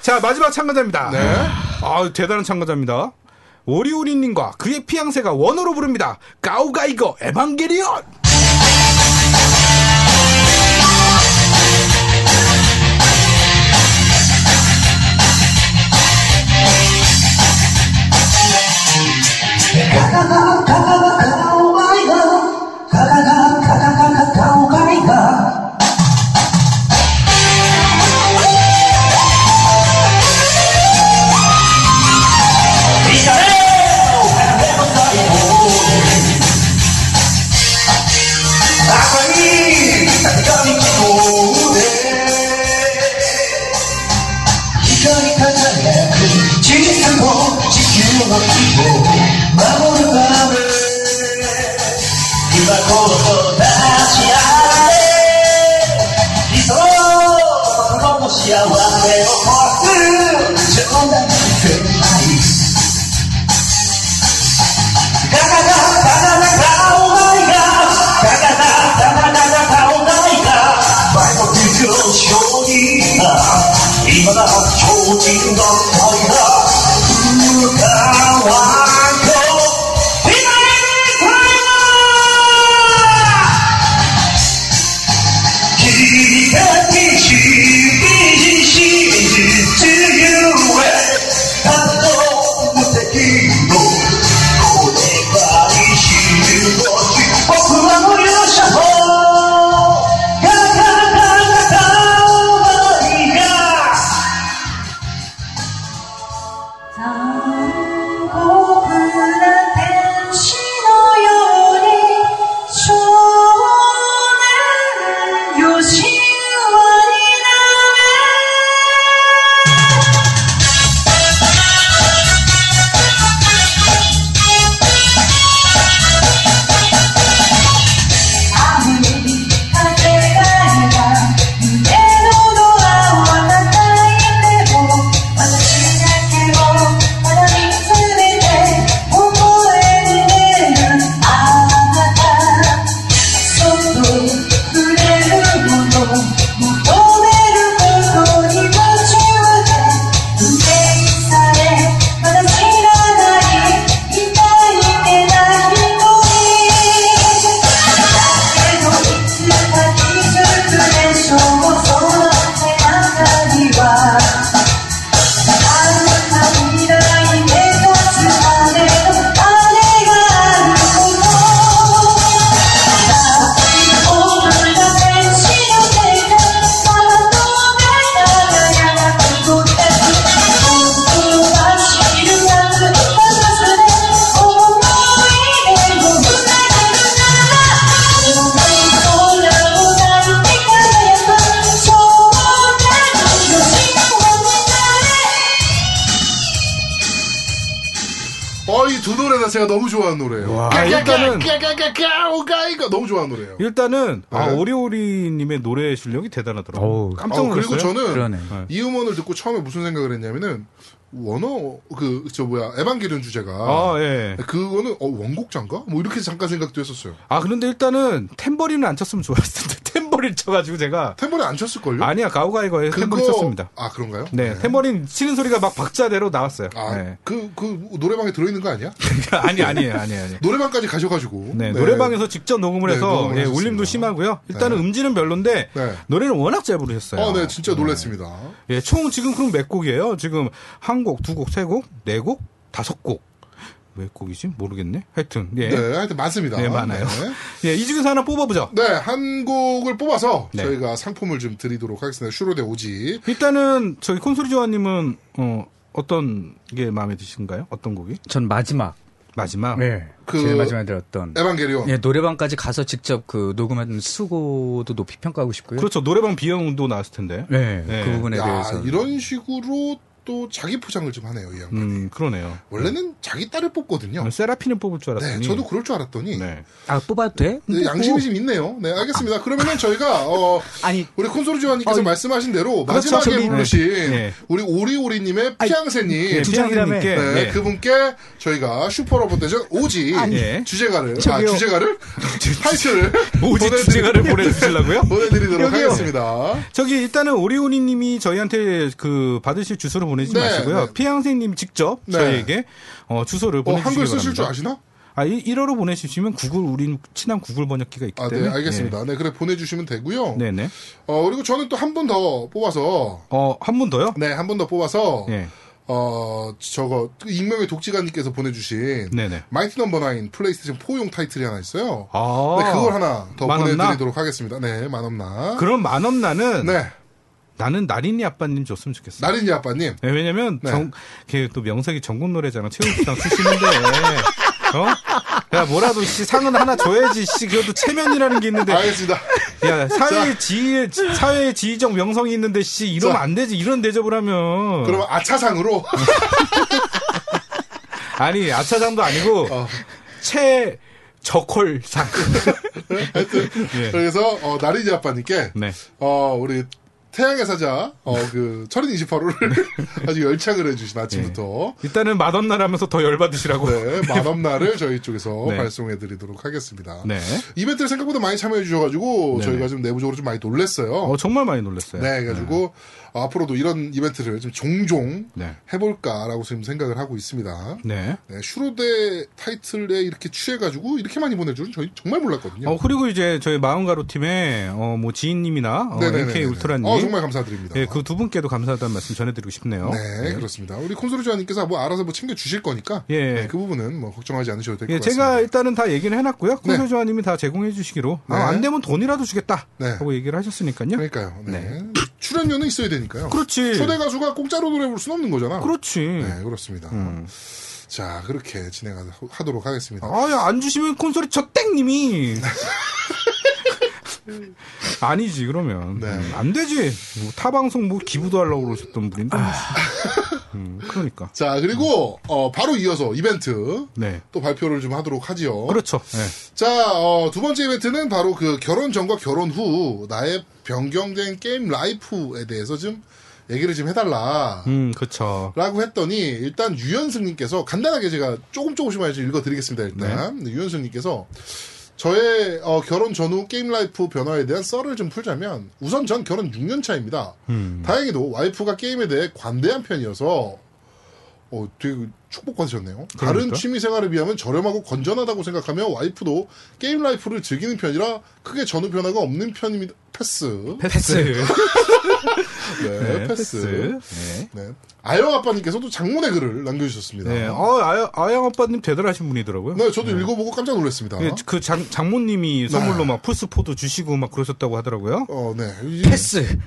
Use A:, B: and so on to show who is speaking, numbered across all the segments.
A: 자, 마지막 참가자입니다. 아, 대단한 참가자입니다. 오리오리님과 그의 피양새가 원어로 부릅니다. 가오가이거 에반게리온!
B: 어이두 노래다 제가 너무 좋아하는 노래예요.
A: 와, 일단은-
B: 가가가가가가가가 너무 좋아하는 노래예요.
A: 일단은, 아,
B: 네.
A: 오리오리님의 노래 실력이 대단하더라고요.
C: 어우.
A: 깜짝
B: 어,
A: 놀랐어요.
B: 그리고 저는
C: 그러네.
B: 이 음원을 듣고 처음에 무슨 생각을 했냐면은 원어 그 저 뭐야 에반게리온 주제가
A: 아, 예.
B: 그거는 어, 원곡자인가? 뭐 이렇게 잠깐 생각도 했었어요.
A: 아, 그런데 일단은 탬버린을 안 쳤으면 좋았을 텐데, 탬버린 쳐가지고 제가.
B: 템버린안 쳤을 걸요?
A: 아니야, 가오가이거에 탬버린 쳤습니다.
B: 아 그런가요?
A: 네, 탬버린 치는 소리가 막 박자대로 나왔어요. 네.
B: 아그 그 노래방에 들어있는 거 아니야?
A: 아니, 아니에요, 아니에요, 아니에요.
B: 노래방까지 가셔가지고
A: 네, 노래방에서 직접 녹음을
B: 네,
A: 해서
B: 녹음을
A: 예,
B: 했었습니다.
A: 울림도 심하고요. 일단은 음질은 별론데
B: 네. 아,
A: 노래는 워낙 잘 부르셨어요.
B: 어네 진짜 놀랐습니다.
A: 예, 총 지금 그럼 몇 곡이에요? 지금 한 곡, 두 곡, 세 곡, 네 곡, 다섯 곡. 몇 곡이지? 모르겠네. 하여튼 예.
B: 네 하여튼 많습니다.
A: 네, 많아요.
B: 네.
A: 예, 이 중에서 하나 뽑아보죠.
B: 네, 한 곡을 뽑아서
A: 네.
B: 저희가 상품을 좀 드리도록 하겠습니다. 슈로데 오지.
A: 일단은 저희 콘솔이 조아님은 어, 어떤 게 마음에 드신가요? 어떤 곡이?
C: 전 마지막.
A: 마지막.
C: 네.
B: 그-
C: 제일 마지막에 들었던.
B: 에반게리온.
C: 예, 노래방까지 가서 직접 그 녹음한 수고도 높이 평가하고 싶고요.
A: 그렇죠. 노래방 비용도 나왔을 텐데.
C: 네,
A: 네.
C: 그 부분에
B: 야,
C: 대해서.
B: 이런 식으로 또 자기 포장을 좀 하네요, 이 양반.
A: 음, 그러네요. 아,
B: 원래는 자기 딸을 뽑거든요.
A: 세라핀을 뽑을 줄
B: 네,
A: 알았더니.
B: 저도 그럴 줄 알았더니
A: 네.
C: 아, 뽑아도 돼?
D: 그
B: 네,
A: 뭐
B: 양심이
E: 뭐,
B: 좀 있네요. 네, 알겠습니다. 그러면은 저희가 어,
C: 아니,
B: 우리 콘솔 조아님께서 말씀하신 대로
A: 그렇죠.
B: 마지막에
A: 저기-
B: 부르신
A: 네.
B: 우리 오리오리
D: 피앙세님의 피앙세님.
A: 두 장님께
D: 네,
A: 예.
D: 그분께 저희가 슈퍼로봇 대전 오지
A: 예.
D: 주제가를
C: 저기요.
D: 아 주제가를 타이틀을
A: 오지
D: 보내드리-
A: 주제가를 보내주시려고요?
D: 보내드리도록
C: 여기요.
D: 하겠습니다. 어,
A: 저기 일단은 오리오니님이 저희한테 그 받으실 주소를 보내주지
D: 네,
A: 마시고요.
D: 네.
A: 피양생님 직접
D: 네.
A: 저희에게 어, 주소를
D: 어,
A: 보내주시기
D: 한글 쓰실 줄
A: 바랍니다.
D: 아시나?
A: 아, 이- 1어로 보내주시면 구글 우린 친한 구글 번역기가 있기
D: 아,
A: 때문에
D: 네, 알겠습니다. 네, 그래 보내주시면 되고요.
A: 예. 네네.
D: 어, 그리고 저는 또 한 분 더 뽑아서
A: 어, 한 분 더요?
D: 네, 한 분 더 뽑아서
A: 예.
D: 어, 저거 그 익명의 독지가님께서 보내주신
A: 네네.
D: 마이티 넘버 나인 플레이스테이션 4용 타이틀이 하나 있어요.
A: 아,
D: 네, 그걸 하나 더
A: 만원나?
D: 보내드리도록 하겠습니다. 네, 만없나.
A: 그럼 만업나는
D: 네,
A: 나는 나린이 아빠님 줬으면 좋겠어.
D: 나린이 아빠님.
A: 네, 왜냐면
D: 네.
A: 정, 걔또 명색이 전국 노래잖아. 최우수상 출신인데. 어? 야, 뭐라도 씨 상은 하나 줘야지. 씨 그래도 체면이라는 게 있는데.
D: 알겠습니다.
A: 야, 사회 지위 사회 지위적 명성이 있는데 씨 이러면
D: 자.
A: 안 되지. 이런 대접을 하면.
D: 그러면 아차상으로
A: 아니, 아차상도 아니고
D: 어.
A: 최 저콜상.
D: 하여튼
A: 예.
D: 그래서 어, 나린이 아빠님께
A: 네.
D: 어, 우리 태양의 사자 어 그 철인 28호를 아주 열창을 해주신 아침부터
A: 일단은 맛없나라면서 더 열받으시라고.
D: 네, 만업날을 저희 쪽에서
A: 네.
D: 발송해드리도록 하겠습니다.
A: 네.
D: 이벤트를 생각보다 많이 참여해주셔가지고
A: 네네.
D: 저희가 좀 내부적으로 좀 많이 놀랐어요.
A: 어, 정말 많이 놀랐어요.
D: 네, 그래가지고 어, 앞으로도 이런 이벤트를 좀 종종
A: 네.
D: 해볼까라고 지금 생각을 하고 있습니다.
A: 네.
D: 네, 슈로데 타이틀에 이렇게 취해가지고 이렇게 많이 보낼 줄은 저희 정말 몰랐거든요.
A: 어, 그리고 이제 저희 마음가루 팀의 어, 뭐 지인님이나 어,
D: 네네네네네.
A: MK 울트라님.
D: 어, 정말 감사드립니다.
A: 예, 그 두 분께도 감사하다는 말씀 전해드리고 싶네요.
D: 네, 그렇습니다. 우리 콘솔주아님께서 뭐 알아서 뭐 챙겨 주실 거니까
A: 예.
D: 네, 그 부분은 뭐 걱정하지 않으셔도 될 것
A: 예,
D: 같습니다.
A: 제가 일단은 다 얘기를 해놨고요.
D: 네.
A: 콘솔조아님이 다 제공해 주시기로. 아,
D: 네.
A: 안 되면 돈이라도 주겠다.
D: 네.
A: 하고 얘기를 하셨으니까요.
D: 그러니까요. 네. 출연료는 있어야 되니까요.
A: 그렇지.
D: 초대 가수가 공짜로 노래 부를 수는 없는 거잖아.
A: 그렇지. 음.
D: 네, 그렇습니다. 자, 그렇게 진행하도록 하겠습니다.
A: 아야, 안 주시면 콘솔이 저땡님이. 아니지, 그러면.
D: 네.
A: 음, 안 되지. 뭐, 타방송 뭐 기부도 하려고 그러셨던 분인데.
D: 아.
A: 음, 그러니까.
D: 자, 그리고 어, 바로 이어서 이벤트
A: 네.
D: 또 발표를 좀 하도록 하지요.
A: 그렇죠. 네.
D: 자, 어, 두 번째 이벤트는 바로 그 결혼 전과 결혼 후 나의 변경된 게임 라이프에 대해서 좀 얘기를 좀 해달라.
A: 음, 그렇죠.
D: 라고 했더니 일단 유현승님께서 간단하게 제가 조금 조금씩만 이제 읽어드리겠습니다. 일단 네, 유현승님께서 저의 어, 결혼 전후 게임 라이프 변화에 대한 썰을 좀 풀자면 우선 전 결혼 6년 차입니다. 다행히도 와이프가 게임에 대해 관대한 편이어서 어, 되게 축복받으셨네요. 다른
A: 그러니까.
D: 취미 생활에 비하면 저렴하고 건전하다고 생각하며 와이프도 게임 라이프를 즐기는 편이라 크게 전후 변화가 없는 편입니다. 패스.
E: 패스.
D: 네,
A: 네,
D: 패스.
A: 패스.
D: 네. 아영 아빠님께서도 장문의 글을 남겨주셨습니다.
A: 네.
D: 네,
A: 네. 어, 아야, 아양 아빠님 대단하신 분이더라고요.
D: 저도 읽어보고 깜짝 놀랐습니다.
A: 예, 그 장,
D: 네.
A: 장모님이 선물로 막 플스4도 주시고 막 그러셨다고 하더라고요.
D: 어, 네. 이-
E: 패스.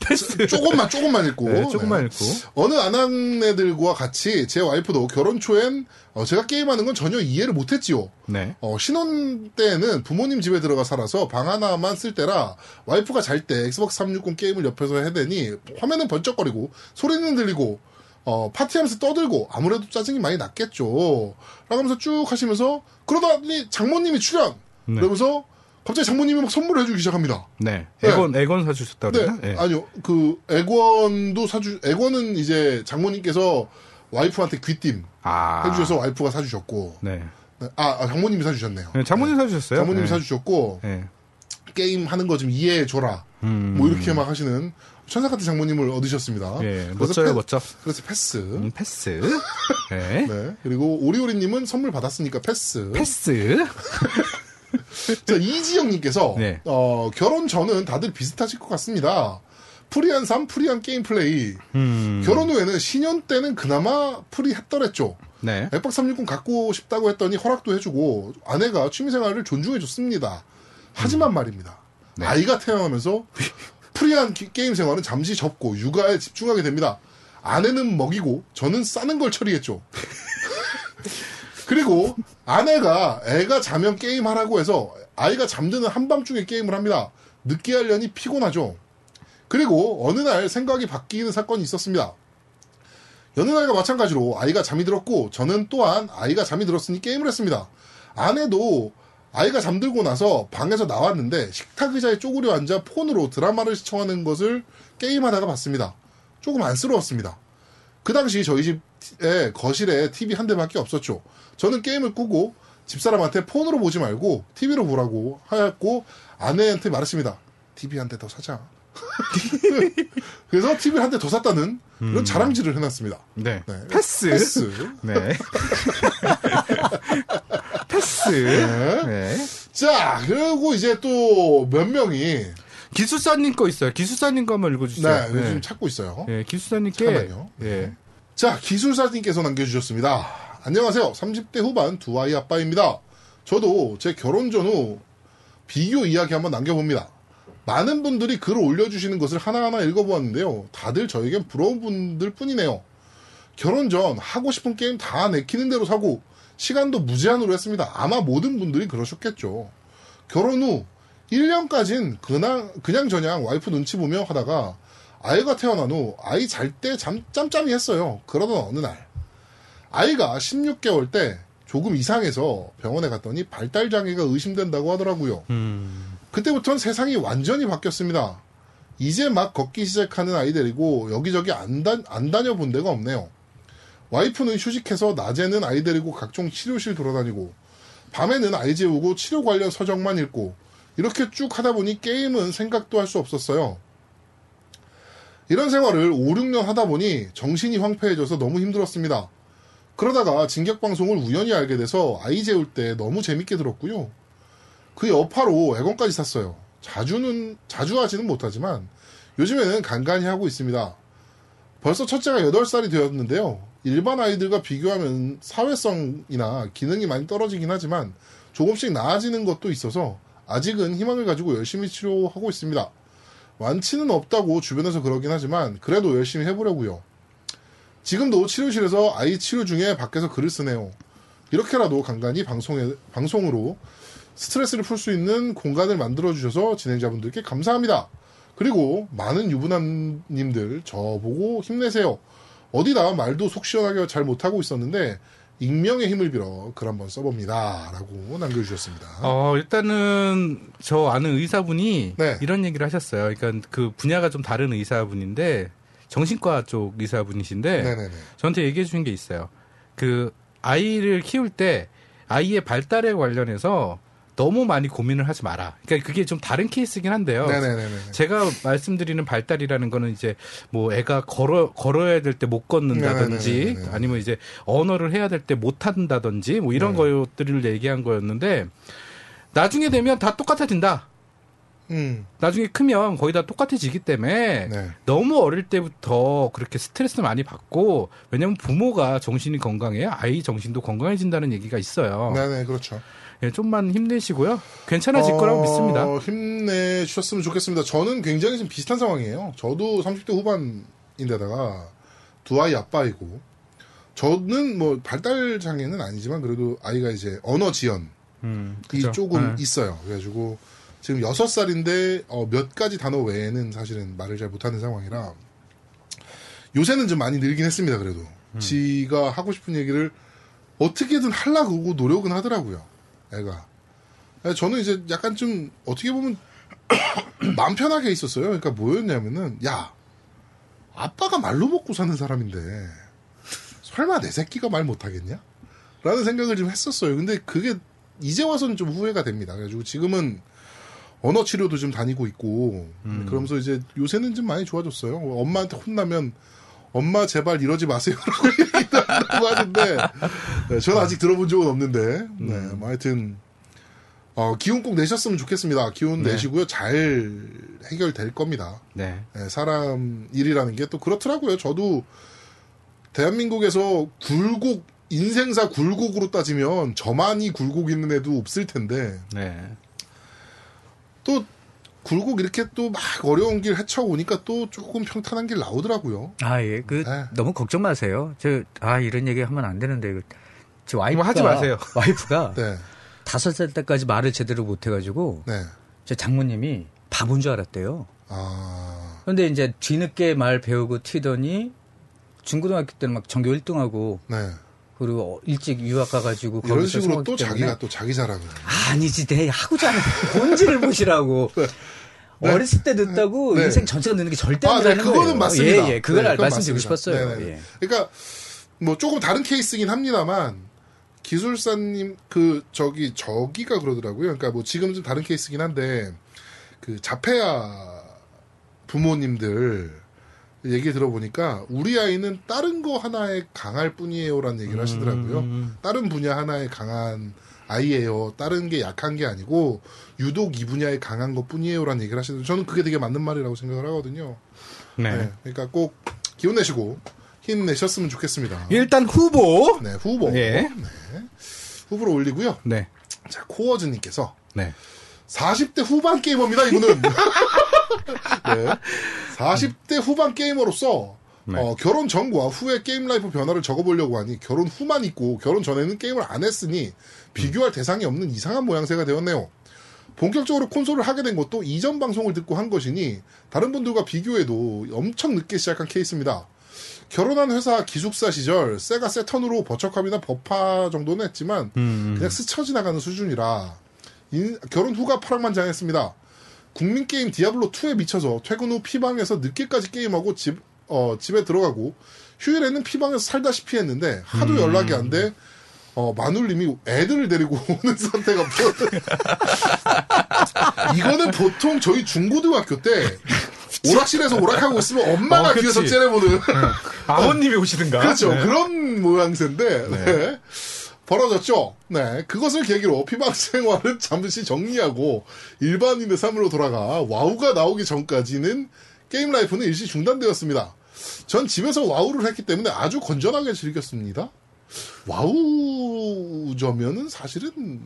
A: 패스.
D: 조금만, 조금만 읽고.
A: 네, 조금만
D: 네.
A: 읽고.
D: 어느 아낙네들과 같이 제 와이프도 결혼 초엔 어, 제가 게임하는 건 전혀 이해를 못했지요.
A: 네.
D: 어, 신혼 때는 부모님 집에 들어가 살아서 방 하나만 쓸 때라 와이프가 잘 때 엑스박스 360 게임을 옆에서 해대니 화면은 번쩍거리고 소리는 들리고 어, 파티하면서 떠들고 아무래도 짜증이 많이 났겠죠. 라면서 쭉 하시면서 그러다니 장모님이 출연!
A: 네.
D: 그러면서 갑자기 장모님이 막 선물을 해주기 시작합니다.
A: 네.
D: 네.
A: 애건, 애건 사주셨다고
D: 네,
A: 그랬나? 예.
D: 아니요. 그 애권도 사주 애권은 이제 장모님께서 와이프한테 귀띔
A: 아.
D: 해주셔서 와이프가 사주셨고
A: 네.
D: 네, 아, 아, 장모님이 사주셨네요.
A: 네, 장모님 사주셨어요?
D: 장모님이
A: 네.
D: 사주셨고
A: 네.
D: 게임 하는 거 좀 이해해 줘라.
A: 음.
D: 뭐 이렇게 막 하시는 천사 같은 장모님을 얻으셨습니다.
A: 예,
D: 아, 그래서
A: 멋져요,
D: 패-
A: 멋져.
D: 그래서 패스.
A: 음, 패스. 네.
D: 네. 그리고 오리오리님은 선물 받았으니까 패스.
A: 패스.
D: 자, 이지영님께서
A: 네.
D: 어, 결혼 전은 다들 비슷하실 것 같습니다. 프리한 삶, 프리한 게임 플레이.
A: 음.
D: 결혼 후에는 신혼 때는 그나마 프리했더랬죠.
A: 네.
D: 엑박 360 갖고 싶다고 했더니 허락도 해주고 아내가 취미생활을 존중해줬습니다. 하지만 말입니다. 아이가 태어나면서 프리한 기- 게임 생활은 잠시 접고 육아에 집중하게 됩니다. 아내는 먹이고 저는 싸는 걸 처리했죠. 그리고 아내가 애가 자면 게임하라고 해서 아이가 잠드는 한밤중에 게임을 합니다. 늦게 하려니 피곤하죠. 그리고 어느 날 생각이 바뀌는 사건이 있었습니다. 여느 날과 마찬가지로 아이가 잠이 들었고 저는 또한 아이가 잠이 들었으니 게임을 했습니다. 아내도 아이가 잠들고 나서 방에서 나왔는데 식탁 의자에 쪼그려 앉아 폰으로 드라마를 시청하는 것을 게임하다가 봤습니다. 조금 안쓰러웠습니다. 그 당시 저희 집에 거실에 TV 한 대밖에 없었죠. 저는 게임을 끄고 집사람한테 폰으로 보지 말고 TV로 보라고 하였고 아내한테 말했습니다. TV 한 대 더 사자. 그래서 TV 한 대 더 샀다는 이런 자랑질을 해놨습니다.
A: 네.
D: 네.
A: 패스.
D: 패스.
A: 네. 패스. 네.
D: 자, 그리고 이제 또 몇 명이
A: 기술사님 거 있어요. 기술사님 거 한번 읽어주시죠.
D: 네, 요즘 찾고 있어요.
A: 예, 기술사님께.
D: 잠깐만요. 네.
A: 예.
D: 자, 기술사님께서 남겨주셨습니다. 안녕하세요. 30대 후반 두 아이 아빠입니다. 저도 제 결혼 전후 비교 이야기 한번 남겨봅니다. 많은 분들이 글을 올려주시는 것을 하나하나 읽어보았는데요. 다들 저에겐 부러운 분들 뿐이네요. 결혼 전 하고 싶은 게임 다 내키는 대로 사고 시간도 무제한으로 했습니다. 아마 모든 분들이 그러셨겠죠. 결혼 후 1년까진 그냥, 그냥 저냥 와이프 눈치 보며 하다가 아이가 태어난 후 아이 잘 때 짬짬이 했어요. 그러던 어느 날 아이가 16개월 때 조금 이상해서 병원에 갔더니 발달 장애가 의심된다고 하더라고요. 그때부터는 세상이 완전히 바뀌었습니다. 이제 막 걷기 시작하는 아이들이고 여기저기 안, 다, 안 다녀본 데가 없네요. 와이프는 휴직해서 낮에는 아이 데리고 각종 치료실 돌아다니고 밤에는 아이 재우고 치료 관련 서적만 읽고 이렇게 쭉 하다 보니 게임은 생각도 할 수 없었어요. 이런 생활을 5, 6년 하다 보니 정신이 황폐해져서 너무 힘들었습니다. 그러다가 진격방송을 우연히 알게 돼서 아이 재울 때 너무 재밌게 들었고요. 그 여파로 애건까지 샀어요. 자주는, 자주 하지는 못하지만 요즘에는 간간히 하고 있습니다. 벌써 첫째가 8살이 되었는데요. 일반 아이들과 비교하면 사회성이나 기능이 많이 떨어지긴 하지만 조금씩 나아지는 것도 있어서 아직은 희망을 가지고 열심히 치료하고 있습니다. 완치는 없다고 주변에서 그러긴 하지만 그래도 열심히 해보려고요. 지금도 치료실에서 아이 치료 중에 밖에서 글을 쓰네요. 이렇게라도 간간히 방송에, 방송으로 스트레스를 풀 수 있는 공간을 만들어주셔서 진행자분들께 감사합니다. 그리고 많은 유부남님들 저보고 힘내세요. 어디다 말도 속 시원하게 잘 못하고 있었는데 익명의 힘을 빌어 글 한번 써봅니다. 라고 남겨주셨습니다.
A: 어, 일단은 저 아는 의사분이
D: 네.
A: 이런 얘기를 하셨어요. 그러니까 그 분야가 좀 다른 의사분인데 정신과 쪽 의사분이신데
D: 네네네.
A: 저한테 얘기해 주신 게 있어요. 그 아이를 키울 때 아이의 발달에 관련해서 너무 많이 고민을 하지 마라. 그러니까 그게 좀 다른 케이스긴 한데요.
D: 네네네네.
A: 제가 말씀드리는 발달이라는 거는 이제 뭐 애가 걸어 걸어야 될 때 못 걷는다든지
D: 네네네네네.
A: 아니면 이제 언어를 해야 될 때 못 한다든지 뭐
D: 네.
A: 이런 것들을 얘기한 거였는데 나중에 되면 다 똑같아진다.
D: 음.
A: 나중에 크면 거의 다 똑같아지기 때문에
D: 네.
A: 너무 어릴 때부터 그렇게 스트레스 많이 받고 왜냐면 부모가 정신이 건강해야 아이 정신도 건강해진다는 얘기가 있어요.
D: 네네, 그렇죠.
A: 예, 좀만 힘내시고요. 괜찮아질 거라고
D: 어,
A: 믿습니다.
D: 힘내주셨으면 좋겠습니다. 저는 굉장히 지금 비슷한 상황이에요. 저도 30대 후반인데다가 두 아이 아빠이고 저는 뭐 발달 장애는 아니지만 그래도 아이가 이제 언어 지연이
A: 음,
D: 조금
A: 네.
D: 있어요. 그래가지고 지금 6살인데 몇 가지 단어 외에는 사실은 말을 잘 못하는 상황이라 요새는 좀 많이 늘긴 했습니다. 그래도
A: 음.
D: 지가 하고 싶은 얘기를 어떻게든 하려고 노력은 하더라고요. 애가. 예, 저는 이제 약간 좀 어떻게 보면 마음 편하게 있었어요. 그러니까 뭐였냐면은 야 아빠가 말로 먹고 사는 사람인데 설마 내 새끼가 말 못하겠냐? 라는 생각을 좀 했었어요. 근데 그게 이제 와서는 좀 후회가 됩니다. 그래가지고 지금은 언어 치료도 좀 다니고 있고 그러면서 이제 요새는 좀 많이 좋아졌어요. 엄마한테 혼나면 엄마 제발 이러지 마세요라고 얘기한다고 하는데 네, 저는 아직 들어본 적은 없는데 네, 뭐 하여튼 어, 기운 꼭 내셨으면 좋겠습니다. 기운
A: 네.
D: 내시고요. 잘 해결될 겁니다.
A: 네.
D: 예, 사람 일이라는 게 또 그렇더라고요. 저도 대한민국에서 굴곡 인생사 굴곡으로 따지면 저만이 굴곡 있는 애도 없을 텐데
A: 네.
D: 또 굴곡 이렇게 또 막 어려운 길 헤쳐 오니까 또 조금 평탄한 길 나오더라고요.
E: 아, 예. 그,
D: 네.
E: 너무 걱정 마세요. 저, 아, 이런 얘기 하면 안 되는데. 그, 제 와이프가.
A: 뭐 하지 마세요.
E: 와이프가
D: 네,
E: 다섯 살 때까지 말을 제대로 못해가지고,
D: 네,
E: 제 장모님이 바본 줄 알았대요.
D: 아,
E: 그런데 이제 뒤늦게 말 배우고 튀더니, 중고등학교 때는 막 전교 1등하고,
D: 네.
E: 그리고 어, 일찍 유학 가가지고
D: 이런
E: 거기서
D: 식으로
E: 살았기
D: 또
E: 때문에
D: 자기가 또 자기 자랑을.
E: 아니지 내 하고자 하는 본질을 보시라고
D: 네.
E: 어렸을 때 늦다고
D: 네.
E: 인생 전체가 늦는 게 절대
D: 아, 네,
E: 아니라는
D: 그거는
E: 거예요.
D: 맞습니다.
E: 예, 예, 그걸
D: 네,
E: 알-
D: 그건
E: 말씀드리고
D: 맞습니다.
E: 싶었어요.
D: 네네네.
E: 예.
D: 그러니까 뭐 조금 다른 케이스긴 합니다만 기술사님 그 저기 저기가 그러더라고요. 그러니까 뭐 지금 좀 다른 케이스긴 한데 그 자폐아 부모님들 얘기 들어보니까 우리 아이는 다른 거 하나에 강할 뿐이에요라는
E: 음.
D: 얘기를 하시더라고요. 다른 분야 하나에 강한 아이예요. 다른 게 약한 게 아니고 유독 이 분야에 강한 것 뿐이에요라는 얘기를 하시는데 저는 그게 되게 맞는 말이라고 생각을 하거든요.
A: 네.
D: 네, 그러니까 꼭 기운 내시고 힘 내셨으면 좋겠습니다.
A: 일단 후보.
D: 네, 후보
A: 예.
D: 후보로 올리고요.
A: 네.
D: 자, 코어즈님께서
A: 네.
D: 40대 후반 게이머입니다. 이분은 네. 40대 후반 게이머로서
A: 네.
D: 어, 결혼 전과 후의 게임 라이프 변화를 적어보려고 하니 결혼 후만 있고 결혼 전에는 게임을 안 했으니
A: 음.
D: 비교할 대상이 없는 이상한 모양새가 되었네요. 본격적으로 콘솔을 하게 된 것도 이전 방송을 듣고 한 것이니 다른 분들과 비교해도 엄청 늦게 시작한 케이스입니다. 결혼한 회사 기숙사 시절 세가 세턴으로 버척함이나 버파 정도는 했지만
A: 음,
D: 그냥 스쳐 지나가는 수준이라 인- 결혼 후가 파랑만장했습니다. 국민 게임 디아블로 2에 미쳐서 퇴근 후 피방에서 늦게까지 게임하고 집 어, 집에 들어가고 휴일에는 피방에서 살다시피 했는데 하도
A: 음.
D: 연락이 안 돼. 어, 마눌님이 애들을 데리고 오는 상태가 벌- 이거는 보통 저희 중고등학교 때 오락실에서 오락하고 있으면 엄마가
A: 어, 그치.
D: 뒤에서 째려보는
A: 아버님이 오시든가.
D: 그렇죠.
A: 네.
D: 그런 모양새인데, 네. 벌어졌죠. 네. 그것을 계기로 피방 생활을 잠시 정리하고 일반인의 삶으로 돌아가 와우가 나오기 전까지는 게임 라이프는 일시 중단되었습니다. 전 집에서 와우를 했기 때문에 아주 건전하게 즐겼습니다. 와우저면은 사실은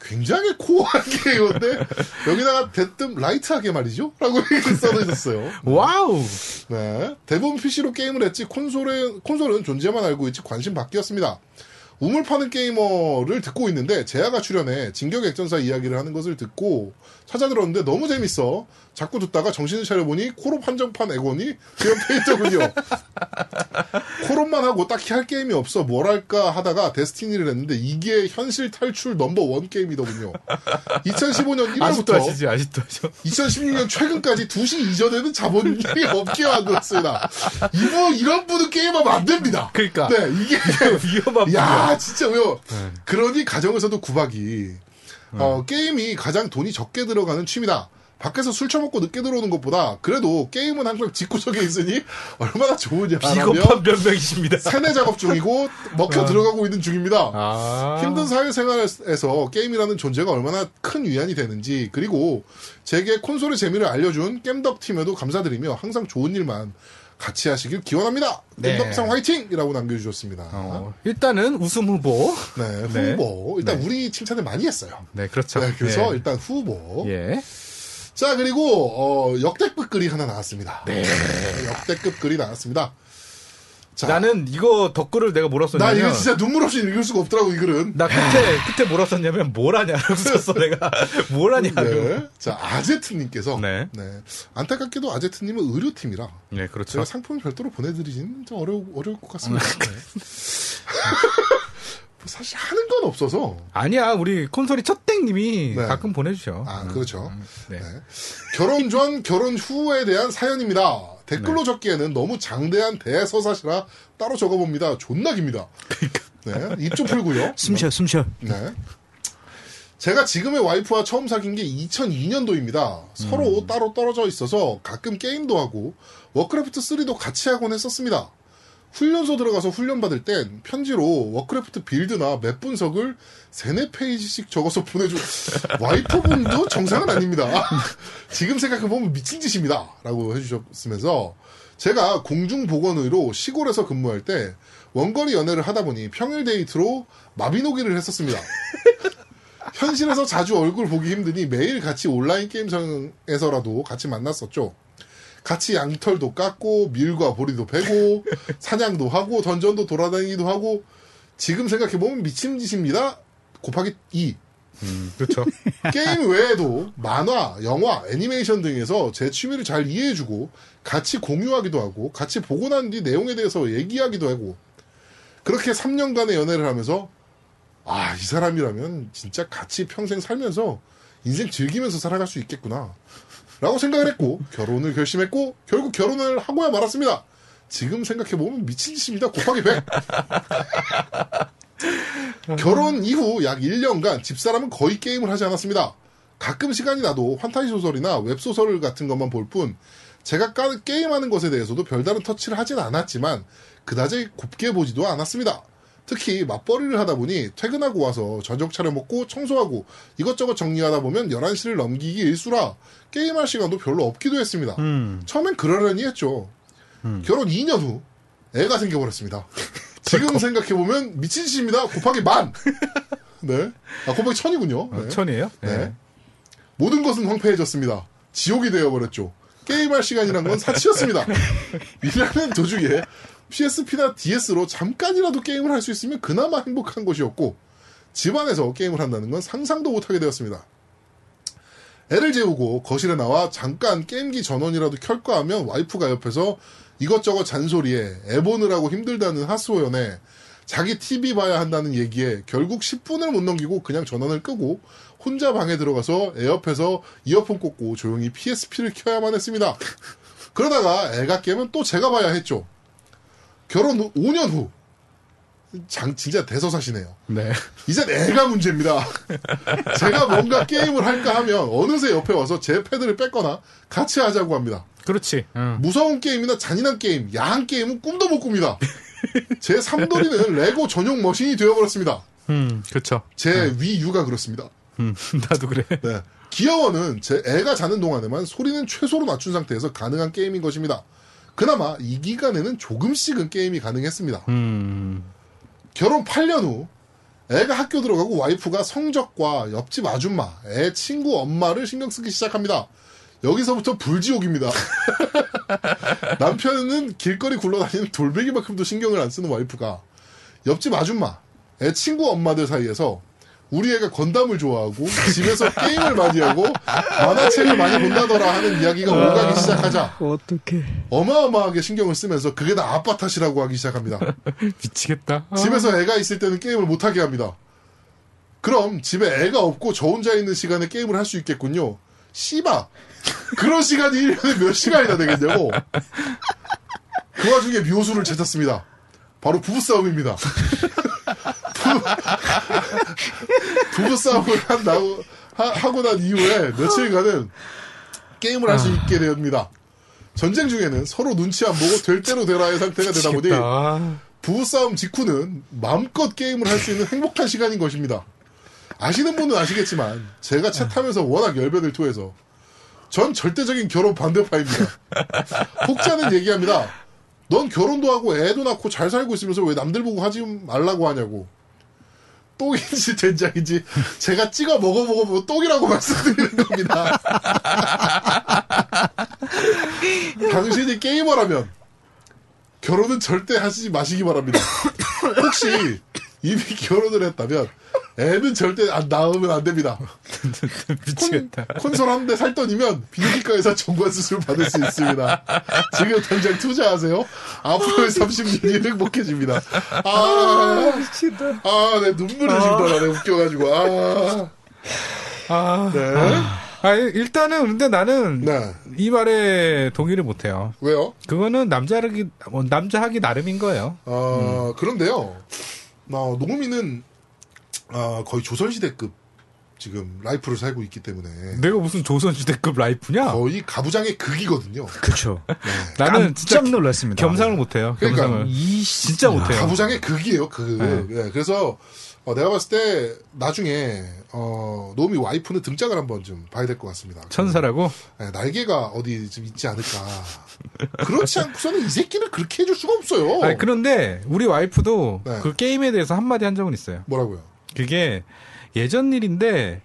D: 굉장히 코어한 게임인데 여기다가 대뜸 라이트하게 말이죠? 라고 이렇게 써놓으셨어요.
A: 와우.
D: 네. 대부분 PC로 게임을 했지 콘솔에, 콘솔은 존재만 알고 있지 관심 밖이었습니다. 우물 파는 게이머를 듣고 있는데 제아가 출연해 진격 액전사 이야기를 하는 것을 듣고 찾아들었는데 너무 재밌어. 자꾸 듣다가 정신을 차려보니 코롭 한정판 에곤이 기억해 있더군요. 코롭만 하고 딱히 할 게임이 없어 뭘 할까 하다가 데스티니를 했는데 이게 현실 탈출 넘버 원 게임이더군요. 2015년 1월부터
A: 아직도 하시지, 아직도 하죠.
D: 2016년 최근까지 2시 이전에는 자본이 없게 만들었습니다. 이분, 이런 분은 게임하면 안 됩니다.
A: 그러니까.
D: 네, 이게.
A: 위험한 분야.
D: 야, 진짜 왜요? 그러니 가정에서도 구박이.
A: 음.
D: 어, 게임이 가장 돈이 적게 들어가는 취미다. 밖에서 술 처먹고 늦게 들어오는 것보다 그래도 게임은 항상 직구석에 있으니 얼마나 좋으냐.
A: 비겁한 변명이십니다.
D: 세뇌 작업 중이고 먹혀 들어가고 있는 중입니다.
A: 아.
D: 힘든 사회생활에서 게임이라는 존재가 얼마나 큰 위안이 되는지 그리고 제게 콘솔의 재미를 알려준 겜덕 팀에도 감사드리며 항상 좋은 일만 같이 하시길 기원합니다.
A: 네.
D: 겜덕상 화이팅이라고 남겨주셨습니다.
A: 어, 일단은 우승 후보.
D: 네 후보 일단 우리 칭찬을 많이 했어요.
A: 네, 그렇죠.
D: 네, 그래서
A: 네. 예.
D: 일단 후보.
A: 예.
D: 자 그리고 어, 역대급 글이 하나 나왔습니다. 네. 역대급 글이 나왔습니다. 자,
A: 나는 이거 덧글을 내가 뭐라
D: 나
A: 썼냐면
D: 이거 진짜 눈물 없이 읽을 수가 없더라고 이 글은.
A: 나 끝에 끝에 뭐라 썼냐면 뭘 하냐라고 썼어 내가 뭘 하냐고.
D: 네. 자 아제트님께서
A: 네.
D: 네. 안타깝게도 아제트님은 의료팀이라
A: 네,
D: 제가
A: 그렇죠.
D: 상품을 별도로 보내드리지는 좀 어려 어려울 것
E: 아,
D: 같습니다. 네. 뭐 사실 하는 건 없어서
A: 아니야 우리 콘솔이 첫땡님이
D: 네.
A: 가끔 보내주셔.
E: 음,
D: 아 그렇죠.
A: 네.
D: 네. 결혼 전 결혼 후에 대한 사연입니다. 댓글로
E: 네.
D: 적기에는 너무 장대한 대서사시라 따로 적어봅니다. 존나 깁니다. 네, 입 좀 풀고요.
E: 숨쉬어, 숨쉬어.
D: 네. 제가 지금의 와이프와 처음 사귄 게 2002년도입니다. 서로
E: 음.
D: 따로 떨어져 있어서 가끔 게임도 하고 워크래프트 3도 같이 하곤 했었습니다. 훈련소 들어가서 훈련 받을 땐 편지로 워크래프트 빌드나 맵 분석을 세네 페이지씩 적어서 보내주 와이프분도 정상은 아닙니다. 지금 생각해 보면 미친 짓입니다라고 해주셨으면서 제가 공중 보건의로 시골에서 근무할 때 원거리 연애를 하다 보니 평일 데이트로 마비노기를 했었습니다. 현실에서 자주 얼굴 보기 힘드니 매일 같이 온라인 게임상에서라도 같이 만났었죠. 같이 양털도 깎고 밀과 보리도 베고 사냥도 하고 던전도 돌아다니기도 하고 지금 생각해보면 미친 짓입니다. 곱하기 2.
A: 음, 그렇죠.
D: 게임 외에도 만화, 영화, 애니메이션 등에서 제 취미를 잘 이해해주고 같이 공유하기도 하고 같이 보고 난 뒤 내용에 대해서 얘기하기도 하고 그렇게 3년간의 연애를 하면서 아 이 사람이라면 진짜 같이 평생 살면서 인생 즐기면서 살아갈 수 있겠구나 라고 생각을 했고 결혼을 결심했고 결국 결혼을 하고야 말았습니다. 지금 생각해보면 미친 짓입니다. 곱하기 100. 결혼 이후 약 1년간 집사람은 거의 게임을 하지 않았습니다. 가끔 시간이 나도 환타지 소설이나 웹소설 같은 것만 볼 뿐 제가 까- 게임하는 것에 대해서도 별다른 터치를 하진 않았지만 그다지 곱게 보지도 않았습니다. 특히 맞벌이를 하다 보니 퇴근하고 와서 저녁 차려 먹고 청소하고 이것저것 정리하다 보면 11시를 넘기기 일수라 게임할 시간도 별로 없기도 했습니다. 처음엔 그러려니 했죠. 결혼 2년 후 애가 생겨버렸습니다. 지금 생각해보면 미친 짓입니다. 곱하기 만! 네. 아, 곱하기 천이군요.
A: 어,
D: 네.
A: 천이에요?
D: 네.
A: 네.
D: 모든 것은 황폐해졌습니다. 지옥이 되어버렸죠. 게임할 시간이란 건 사치였습니다. 일하는 도중에 PSP나 DS로 잠깐이라도 게임을 할 수 있으면 그나마 행복한 것이었고 집안에서 게임을 한다는 건 상상도 못하게 되었습니다. 애를 재우고 거실에 나와 잠깐 게임기 전원이라도 켤까 하면 와이프가 옆에서 이것저것 잔소리에 애 보느라고 힘들다는 하소연에 자기 TV 봐야 한다는 얘기에 결국 10분을 못 넘기고 그냥 전원을 끄고 혼자 방에 들어가서 애 옆에서 이어폰 꽂고 조용히 PSP를 켜야만 했습니다. 그러다가 애가 깨면 또 제가 봐야 했죠. 결혼 후 5년 후. 장, 진짜 대서사시네요.
A: 네.
D: 이젠 애가 문제입니다. 제가 뭔가 게임을 할까 하면 어느새 옆에 와서 제 패드를 뺏거나 같이 하자고 합니다.
A: 그렇지.
D: 무서운 게임이나 잔인한 게임, 야한 게임은 꿈도 못 꿉니다. 제 삼돌이는 레고 전용 머신이 되어버렸습니다.
A: 음, 그쵸.
D: 제 위유가 그렇습니다.
A: 음, 나도 그래.
D: 네. 기어워는 제 애가 자는 동안에만 소리는 최소로 낮춘 상태에서 가능한 게임인 것입니다. 그나마 이 기간에는 조금씩은 게임이 가능했습니다.
A: 음,
D: 결혼 8년 후 애가 학교 들어가고 와이프가 성적과 옆집 아줌마, 애 친구 엄마를 신경 쓰기 시작합니다. 여기서부터 불지옥입니다. 남편은 길거리 굴러다니는 돌멩이만큼도 신경을 안 쓰는 와이프가 옆집 아줌마, 애 친구 엄마들 사이에서 우리 애가 건담을 좋아하고 집에서 게임을 많이 하고 만화책을 많이 본다더라 하는 이야기가 오가기 시작하자
E: 어떻게?
D: 어마어마하게 신경을 쓰면서 그게 다 아빠 탓이라고 하기 시작합니다.
A: 미치겠다. 아,
D: 집에서 애가 있을 때는 게임을 못하게 합니다. 그럼 집에 애가 없고 저 혼자 있는 시간에 게임을 할 수 있겠군요. 씨바! 그런 시간이 1년에 몇 시간이나 되겠냐고. 그 와중에 묘수를 찾았습니다. 바로 부부싸움입니다. 부, 부싸움을 한, 나, 하, 하고 난 이후에 며칠간은 게임을 할 수 있게 됩니다. 전쟁 중에는 서로 눈치 안 보고 될 대로 되라의 상태가 되다 보니
A: 미치겠다. 아,
D: 부부싸움 직후는 마음껏 게임을 할 수 있는 행복한 시간인 것입니다. 아시는 분은 아시겠지만 제가 차 타면서 워낙 열변을 토해서 전 절대적인 결혼 반대파입니다. 혹자는 얘기합니다. 넌 결혼도 하고 애도 낳고 잘 살고 있으면서 왜 남들 보고 하지 말라고 하냐고. 똥인지 된장인지 제가 찍어 먹어보고 뭐 똥이라고 말씀드리는 겁니다. 당신이 게이머라면 결혼은 절대 하시지 마시기 바랍니다. 혹시 이미 결혼을 했다면 애는 절대 안 낳으면 안 됩니다.
A: 미치겠다.
D: 콘솔 한 대 살 돈이면 비뇨기과에서 정관 수술 받을 수 있습니다. 지금 당장 투자하세요. 앞으로의 30년이 행복해집니다. 아,
E: 미치다.
D: 아, 내 눈물이 지금 나네 웃겨가지고. 아,
A: 아,
D: 네,
A: 아, 일단은 근데 나는
D: 네,
A: 이 말에 동의를 못해요.
D: 왜요?
A: 그거는 남자하기 뭐, 남자하기 나름인 거예요.
D: 아,
A: 음.
D: 그런데요. 어, 노미는 아, 거의 조선시대급 지금 라이프를 살고 있기 때문에
A: 내가 무슨 조선시대급 라이프냐?
D: 거의 가부장의 극이거든요.
E: 그쵸.
A: 나는 진짜
E: 깜짝 놀랐습니다.
A: 겸상을 못해요.
D: 그러니까
A: 겸상을
E: 이
A: 진짜 못해요.
D: 가부장의 극이에요, 극. 네, 그래서 어, 내가 봤을 때 나중에 어, 노미 와이프는 등장을 한번 좀 봐야 될 것 같습니다.
A: 천사라고?
D: 네, 날개가 어디 좀 있지 않을까. 그렇지 않고서는 이 새끼를 그렇게 해줄 수가 없어요.
A: 아니, 그런데 우리 와이프도
D: 네.
A: 그 게임에 대해서 한마디 한 적은 있어요.
D: 뭐라고요?
A: 그게 예전 일인데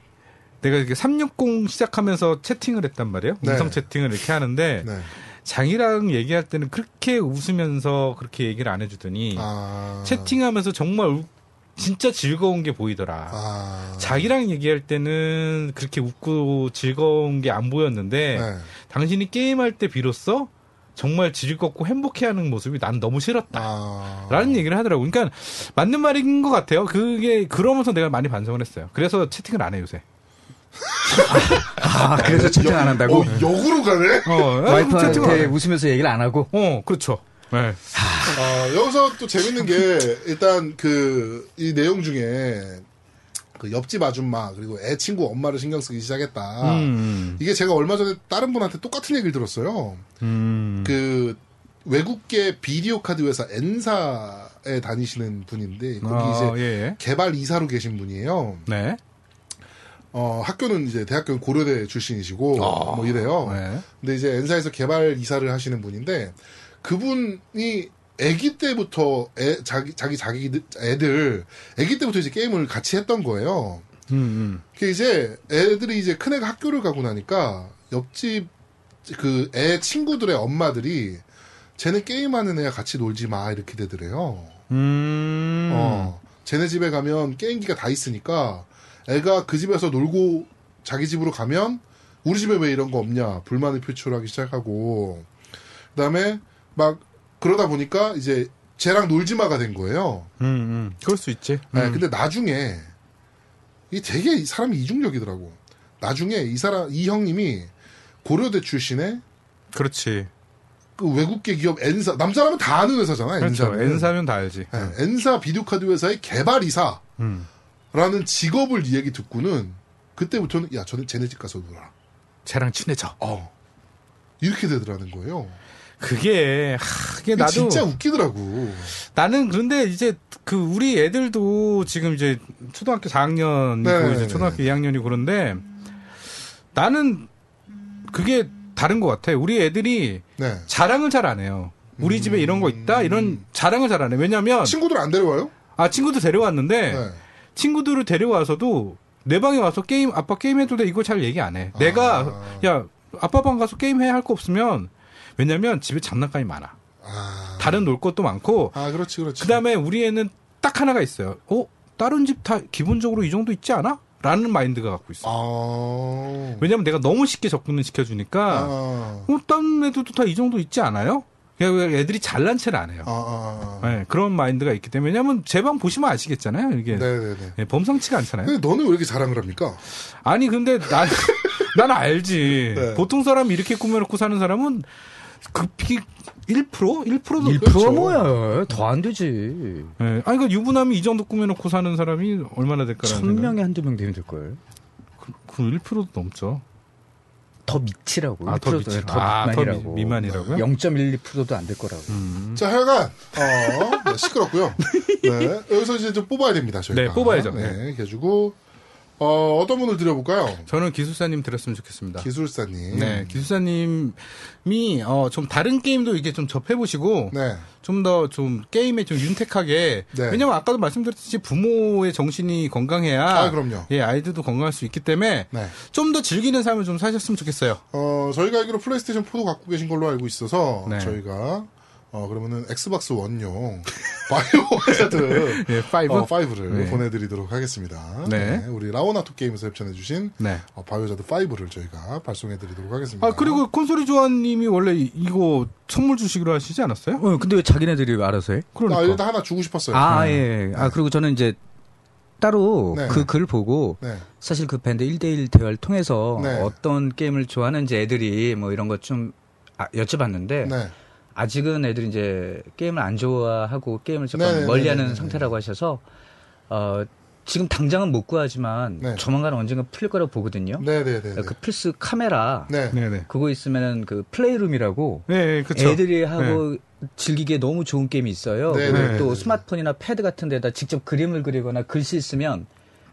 A: 내가 이렇게 360 시작하면서 채팅을 했단 말이에요.
D: 네.
A: 음성 채팅을 이렇게 하는데
D: 네.
A: 장이랑 얘기할 때는 그렇게 웃으면서 그렇게 얘기를 안 해주더니
D: 아,
A: 채팅하면서 정말 우- 진짜 즐거운 게 보이더라.
D: 아,
A: 자기랑 얘기할 때는 그렇게 웃고 즐거운 게 안 보였는데
D: 네.
A: 당신이 게임할 때 비로소 정말 즐겁고 행복해하는 모습이 난 너무 싫었다.
D: 아,
A: 라는 얘기를 하더라고. 그러니까 맞는 말인 것 같아요. 그게 그러면서 내가 많이 반성을 했어요. 그래서 채팅을 안 해 요새.
C: 아, 그래서 채팅 안 한다고?
D: 어, 역으로 가네?
A: 어,
C: 와이프한테 웃으면서 얘기를 안 하고?
A: 어, 그렇죠. 네.
D: 아, 여기서 또 재밌는 게 일단 그 이 내용 중에 그 옆집 아줌마 그리고 애 친구 엄마를 신경 쓰기 시작했다.
A: 음,
D: 이게 제가 얼마 전에 다른 분한테 똑같은 얘기를 들었어요.
A: 음.
D: 그 외국계 비디오 카드 회사 N사에 다니시는 분인데 거기
A: 아,
D: 이제
A: 예, 예.
D: 개발 이사로 계신 분이에요.
A: 네.
D: 어, 학교는 이제 대학교는 고려대 출신이시고
A: 아.
D: 뭐 이래요.
A: 네.
D: 근데 이제 엔사에서 개발 이사를 하시는 분인데 그분이 아기 때부터 애, 자기 자기 자기 애들 아기 때부터 이제 게임을 같이 했던 거예요.
A: 음, 음.
D: 그 이제 애들이 이제 큰 애가 학교를 가고 나니까 옆집 그 애 친구들의 엄마들이 쟤는 게임하는 애야 같이 놀지 마 이렇게 되더래요.
A: 음.
D: 어, 쟤네 집에 가면 게임기가 다 있으니까 애가 그 집에서 놀고 자기 집으로 가면 우리 집에 왜 이런 거 없냐 불만을 표출하기 시작하고 그다음에 막 그러다 보니까 이제 쟤랑 놀지마가 된 거예요.
A: 음, 음. 그럴 수 있지.
D: 네, 근데 나중에 이 되게 이 사람이 이중적이더라고. 나중에 이 사람 이 형님이 고려대 출신의
A: 그렇지.
D: 그 외국계 기업 엔사 남자라면 다 아는 회사잖아요.
A: 그렇죠.
D: 엔사는.
A: N사면 다 알지.
D: 네, 엔사 비디오 카드 회사의 개발 이사.
A: 음.
D: 라는 직업을 이 얘기 듣고는 그때부터는 야 저는 쟤네 집 가서 놀아
A: 쟤랑 친해져.
D: 어 이렇게 되더라는 거예요
A: 그게, 하, 그게
D: 이게
A: 나도.
D: 진짜 웃기더라고
A: 나는 그런데 이제 그 우리 애들도 지금 이제 초등학교 4학년이고
D: 네.
A: 이제 초등학교 2학년이고 그런데 나는 그게 다른 것 같아. 우리 애들이
D: 네
A: 자랑을 잘 안 해요. 우리 집에 이런 거 있다 이런 자랑을 잘 안 해. 왜냐하면
D: 음. 친구들 안 데려와요
A: 아 친구도 데려왔는데
D: 네.
A: 친구들을 데려와서도 내 방에 와서 게임 아빠 게임 해도 돼 이거 잘 얘기 안 해. 내가
D: 아.
A: 야 아빠 방 가서 게임 해 할 거 없으면 왜냐면 집에 장난감이 많아.
D: 아,
A: 다른 놀 것도 많고
D: 아 그렇지 그렇지
A: 그다음에 우리 애는 딱 하나가 있어요. 어 다른 집 다 기본적으로 이 정도 있지 않아? 라는 마인드가 갖고 있어. 요
D: 아,
A: 왜냐면 내가 너무 쉽게 접근을 시켜주니까
D: 아,
A: 어 다른 애들도 다 이 정도 있지 않아요? 그냥 애들이 잘난 체를 안 해요.
D: 아, 아, 아.
A: 네, 그런 마인드가 있기 때문에 왜냐면 제 방 보시면 아시겠잖아요. 이게
D: 네네네
A: 예, 범상치가 않잖아요.
D: 근데 너는 왜 이렇게 자랑을 합니까
A: 아니 근데 난, 난 알지.
D: 네.
A: 보통 사람이 이렇게 꾸며놓고 사는 사람은 급히 1% 1%도
C: 1%
D: 그렇죠.
C: 뭐야. 더 안 되지.
A: 예, 아니 그러니까 유부남이 이 정도 꾸며놓고 사는 사람이 얼마나 될까라는
C: 천 명에 한두 명 되면 될걸.
A: 그 1%도 넘죠.
C: 더 미치라고.
A: 아, 더
C: 1%도
A: 미치.
C: 더
A: 아, 더
C: 미만이라고.
A: 미, 만이라고요
C: 0.12%도 안 될 거라고.
A: 음.
D: 자 하여간 어 네, 시끄럽고요 네 여기서 이제 좀 뽑아야 됩니다 저희가
A: 네, 뽑아야죠.
D: 네 해주고 어 어떤 분을 드려볼까요
A: 저는 기술사님 들었으면 좋겠습니다.
D: 기술사님 음.
A: 네, 기술사님이 어, 좀 다른 게임도 이렇게 좀 접해보시고
D: 네.
A: 좀 더 좀 게임에 좀 윤택하게
D: 네.
A: 왜냐면 아까도 말씀드렸듯이 부모의 정신이 건강해야
D: 아, 그럼요.
A: 예 아이들도 건강할 수 있기 때문에
D: 네.
A: 좀 더 즐기는 삶을 좀 사셨으면 좋겠어요.
D: 어, 저희가 알기로 플레이스테이션 4도 갖고 계신 걸로 알고 있어서
A: 네.
D: 저희가 어 그러면은 엑스박스 원용 바이오 하자드
A: 예, 파이브.
D: 어, 5를
A: 네.
D: 보내드리도록 하겠습니다.
A: 네.
D: 우리 라오나토 게임에서 협찬해주신
A: 네.
D: 어, 바이오자드 5를 저희가 발송해드리도록 하겠습니다.
A: 아 그리고 콘솔이 조아님이 원래 이- 이거 선물 주시기로 하시지 않았어요?
C: 어, 근데 왜 자기네들이 알아서 해?
A: 그러니까.
D: 아, 일단 하나 주고 싶었어요.
C: 아, 예. 아, 그리고 저는 이제 따로
D: 네.
C: 그 글 보고
D: 네.
C: 사실 그 밴드 1대1 대화를 통해서
D: 네.
C: 어떤 게임을 좋아하는지 애들이 뭐 이런 것 좀 아, 여쭤봤는데
D: 네.
C: 아직은 애들이 이제 게임을 안 좋아하고 게임을 조금
D: 네네네네네.
C: 멀리하는 상태라고 하셔서 어, 지금 당장은 못 구하지만
D: 네.
C: 조만간 언젠가 풀릴 거라고 보거든요.
D: 네네네. 네.
C: 그 플스 카메라
D: 네.
A: 네네.
C: 그거 있으면은 그 플레이룸이라고
A: 네, 그렇죠.
C: 애들이 하고
A: 네.
C: 즐기기에 너무 좋은 게임이 있어요.
D: 네네네.
C: 그리고 또
D: 네네네.
C: 스마트폰이나 패드 같은 데다 직접 그림을 그리거나 글씨 쓰면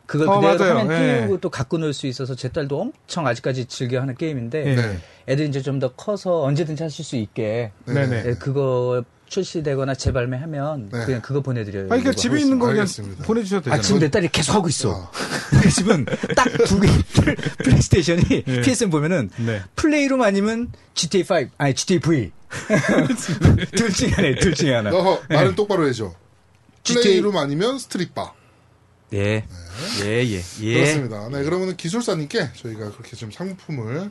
C: 그걸
A: 어,
C: 그대로
A: 맞아요.
C: 화면
A: 네.
C: 띄우고 또 갖고 놀 수 있어서 제 딸도 엄청 아직까지 즐겨하는 게임인데
A: 네.
D: 네.
C: 애들이 이제 좀 더 커서 언제든지 하실 수 있게
A: 네네.
D: 네.
C: 예, 그거 출시되거나 재발매하면
D: 네.
C: 그냥 그거 보내드려요.
A: 아, 그러니까
C: 이거.
A: 집에 있는 거 그냥
D: 알겠습니다.
A: 보내주셔도 되잖아요.
C: 아, 지금 내 딸이 계속 하고 있어.
D: 아.
C: 그 집은 딱 두 개, 플레이스테이션이,
D: 예.
C: PSN 보면은,
A: 네.
C: 플레이룸 아니면 GTA5, 아니, GTA V. 둘 중에 하나예요, 둘 중에
A: 네.
C: 하나.
D: 너 말은 똑바로 해줘.
C: GTA
D: 플레이룸 아니면 스트릿바.
C: 예. 예, 예, 예.
D: 그렇습니다. 네, 그러면 기술사님께 저희가 그렇게 좀 상품을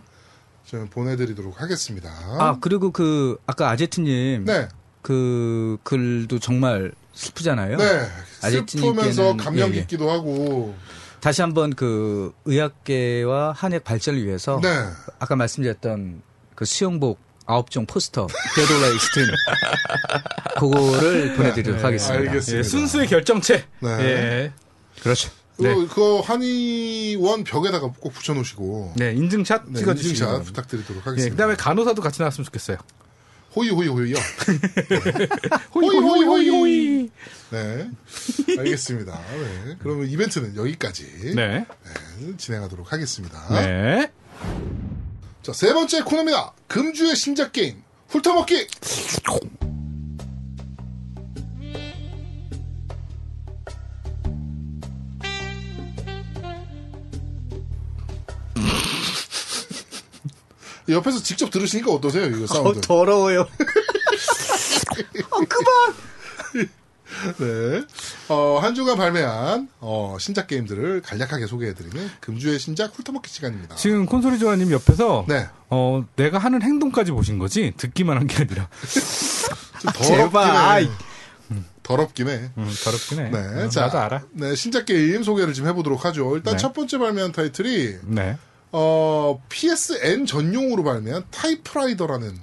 D: 좀 보내드리도록 하겠습니다.
C: 아, 그리고 그, 아까 아제트님,
D: 네,
C: 그 글도 정말 슬프잖아요.
D: 네.
C: 아제트님께는-
D: 슬프면서 감명
C: 예, 예.
D: 깊기도 하고
E: 다시 한번 그 의학계와 한약 발전을
A: 어.
E: 위해서
D: 네.
E: 아까 말씀드렸던 그 수영복 아홉 종 포스터 데돌라 익스트림 그거를 보내드리도록 하겠습니다.
D: 네. 알겠습니다.
A: 예, 순수의 결정체.
D: 네.
A: 예.
E: 그렇죠.
A: 네.
D: 그, 그거 한의원 벽에다가 꼭 붙여놓으시고.
A: 네, 인증샷
D: 네,
A: 찍어주시기
D: 인증샷
A: 바랍니다.
D: 부탁드리도록
A: 예,
D: 하겠습니다.
A: 그다음에 간호사도 같이 나왔으면 좋겠어요.
D: 호이, 호이, 호이요.
A: 호이 호이 호이 호이. 호이.
D: 네. 알겠습니다. 네. 그러면 이벤트는 여기까지
A: 네.
D: 네, 진행하도록 하겠습니다.
A: 네.
D: 자, 세 번째 코너입니다. 금주의 신작 게임, 훑어먹기! 옆에서 직접 들으시니까 어떠세요, 이거 사운드?
E: 더러워요. 그만.
D: 네. 어, 한 주간 발매한, 어, 신작 게임들을 간략하게 소개해드리는 금주의 신작 훑어먹기 시간입니다.
A: 지금 콘솔이 조아님 옆에서
D: 네.
A: 어 내가 하는 행동까지 보신 거지 듣기만 한 게 아니라
D: 좀
E: 제발. 아이.
D: 더럽긴 해. 더럽긴 해.
A: 음, 더럽긴 해.
D: 네,
A: 음,
D: 자,
A: 나도 알아.
D: 네, 신작 게임 소개를 좀 해보도록 하죠. 일단
A: 네.
D: 첫 번째 발매한 타이틀이
A: 네.
D: 어, PSN 전용으로 발매한 타이프라이더라는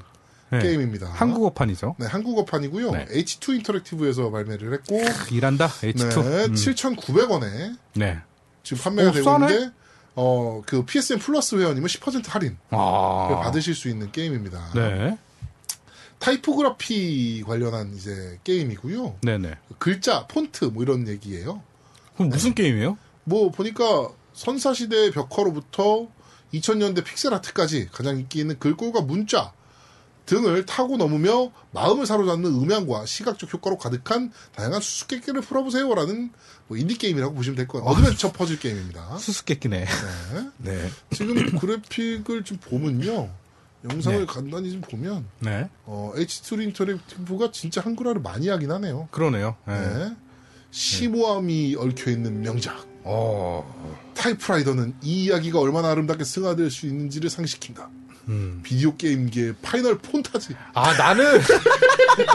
A: 네.
D: 게임입니다.
A: 한국어판이죠.
D: 네, 한국어판이고요.
A: 네.
D: H2 인터랙티브에서 발매를 했고
A: 일한다
D: 네,
A: H2. 네. 음.
D: 7,900원에
A: 네.
D: 지금 판매가
A: 오,
D: 되고
A: 싸네?
D: 있는데 어, 그 PSN 플러스 회원이면 10% 할인 그
A: 아.
D: 받으실 수 있는 게임입니다.
A: 네.
D: 타이포그라피 관련한 이제 게임이고요.
A: 네, 네.
D: 글자, 폰트 뭐 이런 얘기예요.
A: 그럼
D: 네.
A: 무슨 게임이에요?
D: 뭐 보니까 선사시대의 벽화로부터 2000년대 픽셀아트까지 가장 인기 있는 글꼴과 문자 등을 타고 넘으며 마음을 사로잡는 음향과 시각적 효과로 가득한 다양한 수수께끼를 풀어보세요라는 뭐 인디게임이라고 보시면 될 거예요. 어드벤처 퍼즐 게임입니다.
A: 수수께끼네. 네.
D: 지금 그래픽을 좀 보면요. 영상을 간단히 좀 보면
A: 네.
D: 어, H2 인터랙티브가 진짜 한글화를 많이 하긴 하네요.
A: 그러네요.
D: 네.
A: 네.
D: 심오함이 얽혀있는 명작.
A: 어.
D: 타이프라이더는 이 이야기가 얼마나 아름답게 승화될 수 있는지를 상식킨다.
A: 음.
D: 비디오 게임계의 파이널 폰타지.
A: 아, 나는.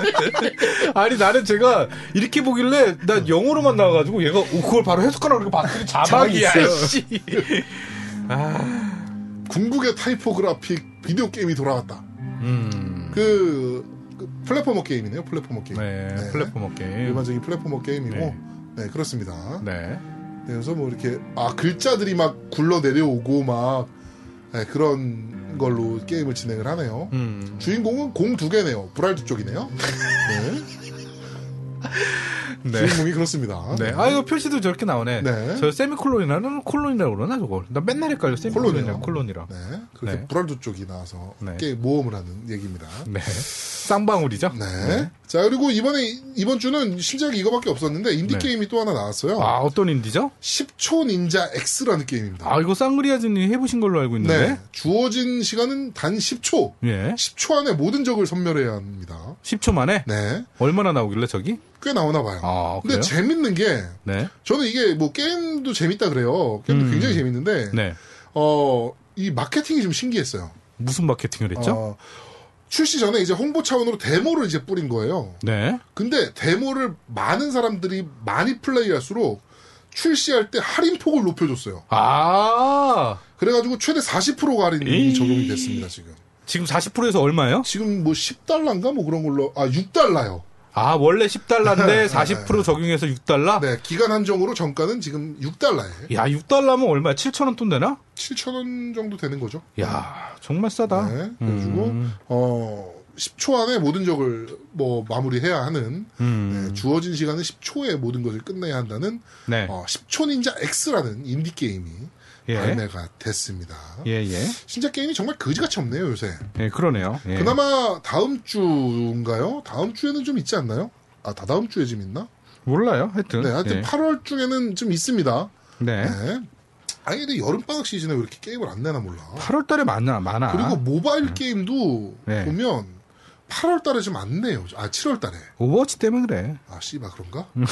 A: 아니, 나는 제가 이렇게 보길래,
D: 음.
A: 나 영어로만 나와가지고, 얘가 오, 그걸 바로 해석하라고 그러고 봤더니 자막이야,
E: 자막이 있어요.
A: 씨.
D: 궁극의 타이포그래픽 비디오 게임이 돌아왔다.
A: 음.
D: 그, 그 플랫포머 게임이네요. 플랫포머 게임.
A: 네,
D: 네.
A: 플랫포머 게임.
D: 일반적인 플랫포머 게임이고.
A: 네.
D: 네. 그렇습니다.
A: 네.
D: 네, 그래서 뭐 이렇게 아 글자들이 막 굴러 내려오고 막 네, 그런 걸로 게임을 진행을 하네요.
A: 음.
D: 주인공은 공 두 개네요. 브랄드 쪽이네요. 네.
A: 네.
D: 주인공이 그렇습니다.
A: 네. 아, 이거 표시도 저렇게 나오네.
D: 네.
A: 저 세미콜론이라는 콜론이라고 그러나, 저걸. 나 맨날 헷갈려. 세미콜론이랑
D: 콜론이요.
A: 콜론이랑.
D: 네, 그렇게
A: 네.
D: 브랄드 쪽이 나와서
A: 네.
D: 게임 모험을 하는 얘기입니다.
A: 네. 쌍방울이죠?
D: 네. 자 그리고 이번에 이번 주는 신작이 이거밖에 없었는데 인디
A: 네.
D: 게임이 또 하나 나왔어요.
A: 아, 어떤 인디죠?
D: 10초 닌자 X라는 게임입니다.
A: 아, 이거 쌍그리아즈님 해보신 걸로 알고
D: 네.
A: 있는데.
D: 주어진 시간은 단 10초.
A: 예.
D: 10초 안에 모든 적을 섬멸해야 합니다.
A: 10초 만에?
D: 네.
A: 얼마나 나오길래, 저기?
D: 꽤 나오나 봐요.
A: 아,
D: 근데
A: 그래요?
D: 재밌는 게
A: 네.
D: 저는 이게 뭐 게임도 재밌다 그래요. 게임도
A: 음.
D: 굉장히 재밌는데
A: 네.
D: 어, 이 마케팅이 좀 신기했어요.
A: 무슨 마케팅을 했죠?
D: 어, 출시 전에 이제 홍보 차원으로 데모를 이제 뿌린 거예요.
A: 네.
D: 근데 데모를 많은 사람들이 많이 플레이할수록 출시할 때 할인폭을 높여줬어요.
A: 아,
D: 그래가지고 최대 40%가 할인이
A: 에이.
D: 적용이 됐습니다, 지금.
A: 지금 40%에서 얼마예요?
D: 지금 뭐 10달러인가 뭐 그런 걸로, 아, 6달러요.
A: 아, 원래 10달러인데 40% 적용해서 6달러?
D: 네, 기간 한정으로 정가는 지금 6달러에
A: 야, 6달러면 얼마야? 7,000원 돈 되나?
D: 7,000원 정도 되는 거죠.
A: 야, 정말 싸다.
D: 네, 그래가지고,
A: 음.
D: 어, 10초 안에 모든 적을 뭐 마무리해야 하는,
A: 음.
D: 네, 주어진 시간은 10초에 모든 것을 끝내야 한다는,
A: 네.
D: 어, 10초 닌자 X라는 인디게임이
A: 예.
D: 발매가 됐습니다.
A: 예, 예.
D: 진짜 게임이 정말 그지같이 없네요 요새.
A: 예, 그러네요. 예.
D: 그나마 다음 주인가요? 다음 주에는 좀 있지 않나요? 아 다다음 주에 좀 있나?
A: 몰라요. 하여튼.
D: 네, 하여튼
A: 예.
D: 8월 중에는 좀 있습니다.
A: 네.
D: 네. 아니 근데 여름 방학 시즌에 왜 이렇게 게임을 안 내나 몰라.
A: 8월 달에 많아, 많아. 음.
D: 그리고 모바일 게임도
A: 네.
D: 보면 8월 달에 좀 안 내요. 아 7월 달에.
A: 오버워치 때문에 그래.
D: 아 씨발 그런가?
A: 음.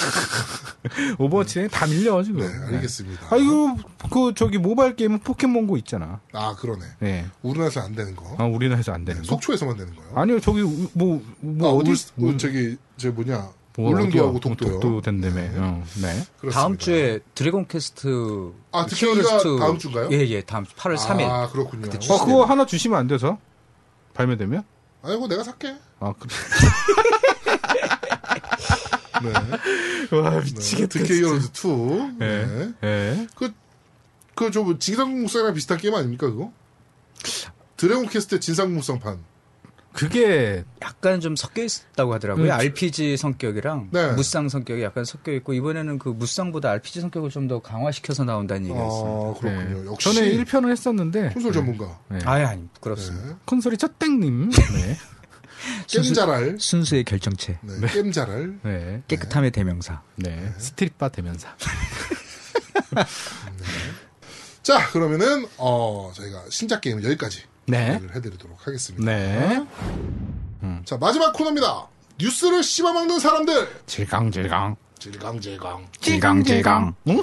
A: 오버워치는 다 밀려, 지금.
D: 네, 알겠습니다.
A: 아, 이거, 그, 저기, 모바일 게임은 포켓몬고 있잖아.
D: 아, 그러네.
A: 예.
D: 우리나라에서 안 되는 거.
A: 아, 우리나라에서 안 되는 거.
D: 속초에서만 되는 거요.
A: 아니요, 저기, 우- 뭐, 뭐,
D: 아,
A: 어디,
D: 울, 울, 저기 저 뭐냐
A: 뭐
D: 울릉도하고
A: 어디야?
D: 독도요.
A: 독도 된다며. 어, 네.
D: 그렇습니다.
C: 다음 주에 드래곤 퀘스트
D: 아, 특혜가 다음 주인가요?
C: 예, 예. 다음 주 8월 3일.
D: 아 그렇군요.
C: 그때
A: 어,
C: 주-
A: 그거 하나 주시면 안 돼서? 발매되면?
D: 아이고 내가 살게.
A: 아, 그래.
D: 네.
A: 와,
D: 특혜 히어로즈 2.
A: 예.
D: 네.
A: 예.
D: 그저 뭐, 진상공무상이랑 비슷한 게임 아닙니까 그거? 드래곤 퀘스트 진상공무상판.
A: 그게,
C: 약간 좀 섞여 있다고 하더라고요.
A: 음,
C: RPG 성격이랑
D: 네.
C: 무쌍 성격이 약간 섞여 있고 이번에는 그 무쌍보다 RPG 성격을 좀 더 강화시켜서 나온다는 얘기가 있어요.
D: 아 그렇군요.
A: 예.
D: 역시
A: 전에 1편을 했었는데,
D: 콘솔 전문가.
C: 네. 아예 아니 부끄럽습니다.
D: 네.
A: 콘솔이 첫땡님. 네.
D: 게임 잘할.
E: 순수의 결정체.
D: 네. 게임 잘할.
A: 네.
E: 깨끗함의 대명사.
A: 네. 스트릿바 대면사.
D: 자 그러면은 어 저희가 신작 게임 은 여기까지
A: 네.
D: 얘기를 해드리도록 하겠습니다.
A: 네.
D: 자 마지막 코너입니다. 뉴스를 씹어먹는 사람들.
A: 질강질강.
D: 질강질강.
A: 질강질강. 응?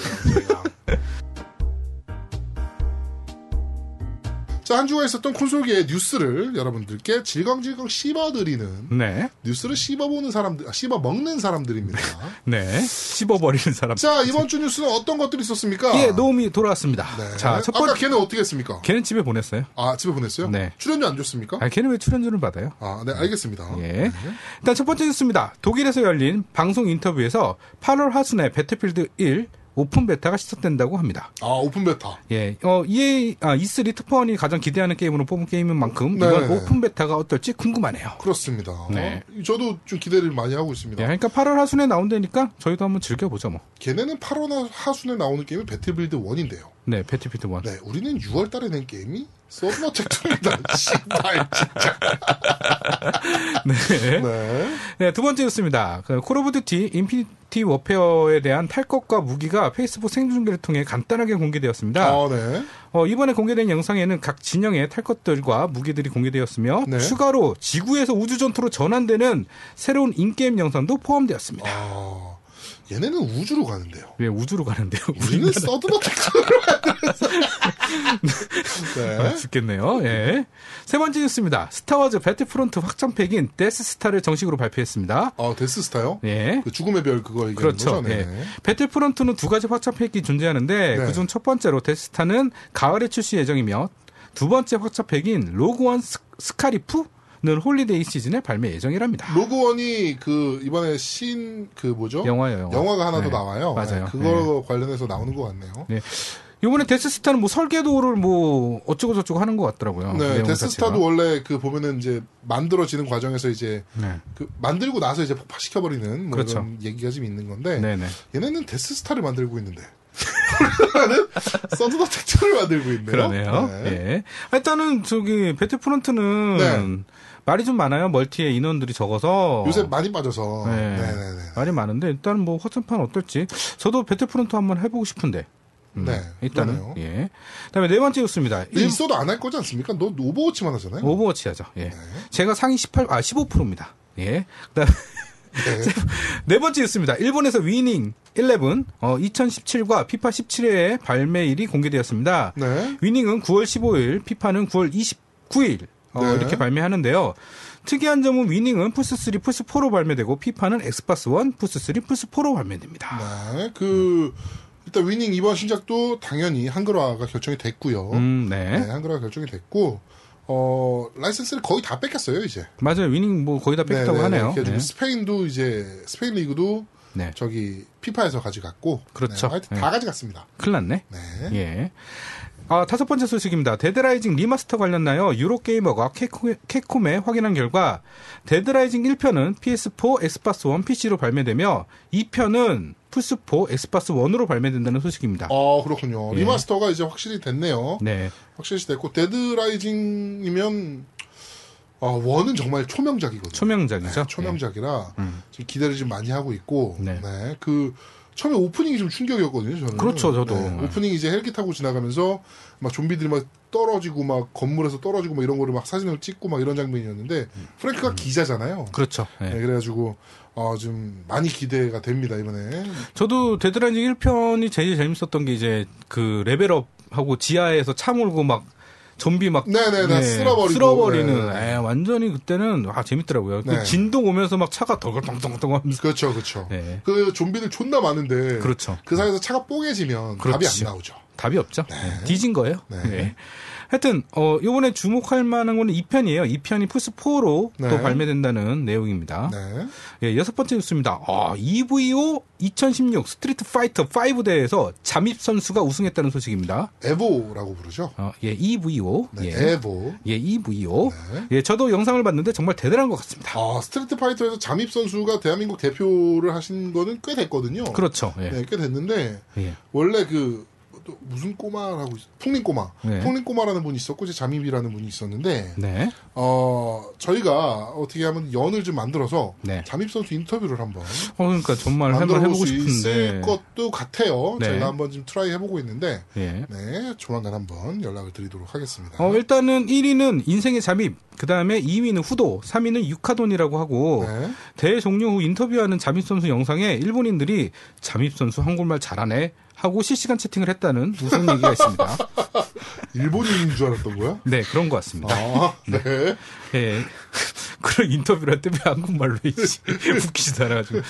D: 자 한 주간 있었던 콘솔계의 뉴스를 여러분들께 질겅질겅 씹어드리는
A: 네.
D: 뉴스를 씹어보는 사람들, 아, 씹어먹는 사람들입니다.
A: 네. 씹어버리는 사람.
D: 자, 이번 주 뉴스는 어떤 것들이 있었습니까?
A: 예, 노움이 돌아왔습니다.
D: 네.
A: 자, 첫
D: 아까
A: 번째.
D: 걔는 어떻게 했습니까?
A: 걔는 집에 보냈어요.
D: 아, 집에 보냈어요?
A: 네.
D: 출연료 안 줬습니까?
A: 아, 걔는 왜 출연료를 받아요?
D: 아, 네, 알겠습니다.
A: 예. 일단 첫 번째 뉴스입니다. 독일에서 열린 방송 인터뷰에서 8월 하순에 배틀필드 1 오픈 베타가 시작된다고 합니다.
D: 아, 오픈 베타.
A: 예, 어, EA, 아, E3 특파원이 가장 기대하는 게임으로 뽑은 게임인 만큼
D: 네.
A: 이번 오픈 베타가 어떨지 궁금하네요.
D: 그렇습니다. 어,
A: 네.
D: 저도 좀 기대를 많이 하고 있습니다.
A: 예, 그러니까 8월 하순에 나온다니까 저희도 한번 즐겨보죠, 뭐.
D: 걔네는 8월 하순에 나오는 게임이 배틀빌드 1인데요.
A: 네, 배틀필드 1.
D: 네, 우리는 6월 달에 낸 게임이 서브어택트입니다. 씨발, 진짜.
A: 네.
D: 네.
A: 네, 두 번째 뉴스입니다. 그 콜 오브 듀티 인피니티 워페어에 대한 탈것과 무기가 페이스북 생중계를 통해 간단하게 공개되었습니다.
D: 아, 네.
A: 어, 이번에 공개된 영상에는 각 진영의 탈것들과 무기들이 공개되었으며
D: 네.
A: 추가로 지구에서 우주 전투로 전환되는 새로운 인게임 영상도 포함되었습니다.
D: 아, 얘네는 우주로 가는데요.
A: 왜 우주로 가는데요?
D: 우리는 서든어택트로
A: 아,
D: 네.
A: 죽겠네요. 예. 세 번째 뉴스입니다. 스타워즈 배틀프론트 확장팩인 데스스타를 정식으로 발표했습니다.
D: 아, 데스스타요?
A: 예.
D: 그 죽음의 별 그거 얘기하는
A: 그렇죠.
D: 거죠?
A: 예.
D: 네.
A: 배틀프론트는 두 가지 확장팩이 존재하는데
D: 네.
A: 그중 첫 번째로 데스타는 가을에 출시 예정이며 두 번째 확장팩인 로그원 스- 스카리프는 홀리데이 시즌에 발매 예정이랍니다.
D: 로그원이 그 이번에 신 그 뭐죠?
A: 영화예요, 영화.
D: 가 하나
A: 네.
D: 더 나와요.
A: 맞아요.
D: 네, 그거 관련해서 나오는 것 같네요.
A: 네. 이번에 데스스타는 뭐 설계도를 뭐 어쩌고 저쩌고 하는 것 같더라고요.
D: 네,
A: 내용
D: 데스스타도
A: 자체가.
D: 원래 그 보면은 이제 만들어지는 과정에서 이제
A: 네.
D: 그 만들고 나서 이제 폭파시켜버리는 뭐
A: 그렇죠.
D: 이런 얘기가 좀 있는 건데
A: 네네.
D: 얘네는 데스스타를 만들고 있는데 우리나라는 썬더텍트를 만들고 있네요.
A: 그러네요.
D: 네.
A: 예. 일단은 저기 배틀프론트는
D: 네.
A: 말이 좀 많아요. 멀티의 인원들이 적어서
D: 요새 많이 빠져서
A: 네.
D: 네, 네, 네.
A: 말이 많은데 일단 뭐 허튼판 어떨지 저도 배틀프론트 한번 해보고 싶은데 음,
D: 네,
A: 일단은
D: 그러네요.
A: 예. 그다음에 네 번째 뉴스입니다.
D: 근데 있어도 안 할 거지 않습니까? 너 오버워치만 하잖아요.
A: 오버워치 하죠. 예. 제가 상위 18, 아 15%입니다. 예. 그다음
D: 네.
A: 네 번째 뉴스입니다. 일본에서 위닝 11 어, 2017과 피파 17회의 발매일이 공개되었습니다.
D: 네.
A: 위닝은 9월 15일, 피파는 9월 29일 어,
D: 네.
A: 이렇게 발매하는데요. 특이한 점은 위닝은 플스3, 플스4로 발매되고 피파는 엑스박스 1, 플스3, 플스4로 발매됩니다.
D: 네, 그 일단 위닝 이번 신작도 당연히 한글화가 결정이 됐고요.
A: 음, 네.
D: 네, 한글화가 결정이 됐고 어 라이선스를 거의 다 뺏겼어요 이제.
A: 맞아요. 위닝 뭐 거의 다 뺐다고
D: 네, 네, 네.
A: 하네요.
D: 그래가지고
A: 네.
D: 스페인도 이제 스페인 리그도
A: 네.
D: 저기 피파에서 가져갔고,
A: 그렇죠.
D: 네, 하여튼
A: 네.
D: 다 가져갔습니다.
A: 큰일 났네.
D: 네.
A: 예. 아, 다섯 번째 소식입니다. 데드라이징 리마스터 관련하여 유로게이머가 캐코- 캐콤에 확인한 결과 데드라이징 1편은 PS4, 엑스박스 1, PC로 발매되며 2편은 플스4, 엑스박스 1으로 발매된다는 소식입니다.
D: 어 그렇군요.
A: 예.
D: 리마스터가 이제 확실히 됐네요.
A: 네.
D: 확실히 됐고 데드라이징이면 아 원은 정말 초명작이거든요.
A: 초명작이죠. 예. 음.
D: 네, 초명작이라 지금 기대를 좀 많이 하고 있고
A: 그렇죠? 네.
D: 네, 그 처음에 오프닝이 좀 충격이었거든요. 저는
A: 그렇죠, 저도. 네.
D: 오프닝 이제 헬기 타고 지나가면서 막 좀비들이 막 떨어지고 막 건물에서 떨어지고 막 이런 거를 막 사진을 찍고 막 이런 장면이었는데 프랭크가 기자잖아요.
A: 예. 그렇죠. 예.
D: 네, 그래가지고 어, 좀 많이 기대가 됩니다 이번에.
A: 저도 데드라이징 1편이 제일 재밌었던 게 이제 그 레벨업하고 지하에서 차 몰고 막 좀비 막
D: 네네네, 쓸어버리고.
A: 쓸어버리는
D: 네.
A: 에, 완전히 그때는 와 재밌더라고요. 그
D: 네.
A: 진동 오면서 막 차가 덜컹덜컹하면서
D: 그렇죠, 그렇죠.
A: 네.
D: 그 좀비들 존나 많은데
A: 그렇죠.
D: 그 사이에서 차가 뽀개지면 답이
A: 그렇죠.
D: 안 나오죠.
A: 답이 없죠. 네, 뒤진 거예요.
D: 네.
A: 네. 하여튼 어 요번에 주목할 만한 거는 2편이에요. 2편이 플스 4로
D: 네.
A: 또 발매된다는 내용입니다.
D: 네.
A: 예, 여섯 번째 뉴스입니다. 아, EVO 2016 스트리트 파이터 5 대회에서 잠입 선수가 우승했다는 소식입니다.
D: 에보라고 부르죠.
A: 어, 예, EVO.
D: 네,
A: 예.
D: 에보.
A: 예, EVO. 예, 저도 영상을 봤는데 정말 대단한 것 같습니다.
D: 아, 스트리트 파이터에서 잠입 선수가 대한민국 대표를 하신 거는 꽤 됐거든요.
A: 그렇죠. 예.
D: 네, 꽤 됐는데
A: 예.
D: 원래 그 또 무슨 꼬마라고 있- 풍림꼬마,
A: 네.
D: 풍림꼬마라는 분이 있었고 이제 잠입이라는 분이 있었는데
A: 네.
D: 어 저희가 어떻게 하면 연을 좀 만들어서
A: 네.
D: 잠입 선수 인터뷰를 한번
A: 어, 그러니까 정말 한번
D: 만들어
A: 해보고
D: 볼 수
A: 싶은데.
D: 있을 것도 같아요.
A: 네.
D: 제가 한번 지금 트라이 해보고 있는데
A: 예.
D: 네, 조만간 한번 연락을 드리도록 하겠습니다.
A: 어, 일단은 1위는 인생의 잠입, 그 다음에 2위는 후도, 3위는 유카돈이라고 하고,
D: 네.
A: 대회 종료 후 인터뷰하는 잠입선수 영상에 일본인들이 잠입선수 한국말 잘하네 하고 실시간 채팅을 했다는 우승 얘기가 있습니다.
D: 일본인인 줄 알았던 거야?
A: 네, 그런 것 같습니다.
D: 아, 네.
A: 예. 그런 인터뷰를 할 때 왜 한국말로 했지? 웃기지도 않아가지고.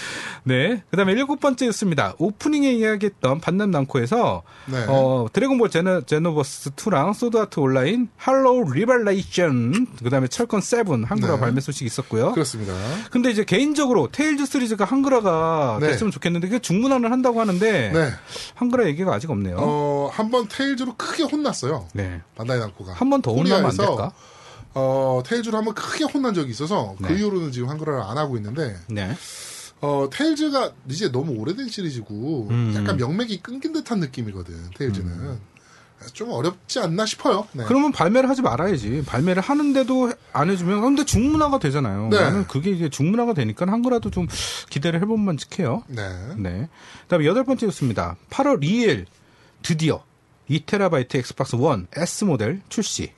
A: 네. 그 다음에 일곱 번째였습니다. 오프닝에 이야기했던 반남 남코에서
D: 네.
A: 어, 드래곤볼 제너, 제노버스 2랑 소드아트 온라인, 할로우 리발레이션, 그 다음에 철권 7 한글화
D: 네.
A: 발매 소식이 있었고요.
D: 그렇습니다.
A: 근데 이제 개인적으로 테일즈 시리즈가 한글화가
D: 네.
A: 됐으면 좋겠는데 그게 중문화를 한다고 하는데
D: 네.
A: 한글화 얘기가 아직 없네요.
D: 어, 한번 테일즈로 크게 혼났어요.
A: 네.
D: 반다이 남코가.
A: 한 번 더 혼나면 안
D: 코리아에서,
A: 될까?
D: 어, 테일즈로 한번 크게 혼난 적이 있어서 그
A: 네.
D: 이후로는 지금 한글화를 안 하고 있는데
A: 네.
D: 어, 테일즈가 이제 너무 오래된 시리즈고
A: 음.
D: 약간 명맥이 끊긴 듯한 느낌이거든. 테일즈는. 그래서 좀 어렵지 않나 싶어요. 네.
A: 그러면 발매를 하지 말아야지. 발매를 하는데도 안 해주면 근데 중문화가 되잖아요.
D: 네.
A: 나는 그게 이제 중문화가 되니까 한글화도 좀 기대를 해본만 직해요.
D: 네.
A: 네. 그다음에 여덟 번째 뉴스입니다. 8월 2일 드디어 2테라바이트 엑스박스 1 S 모델 출시.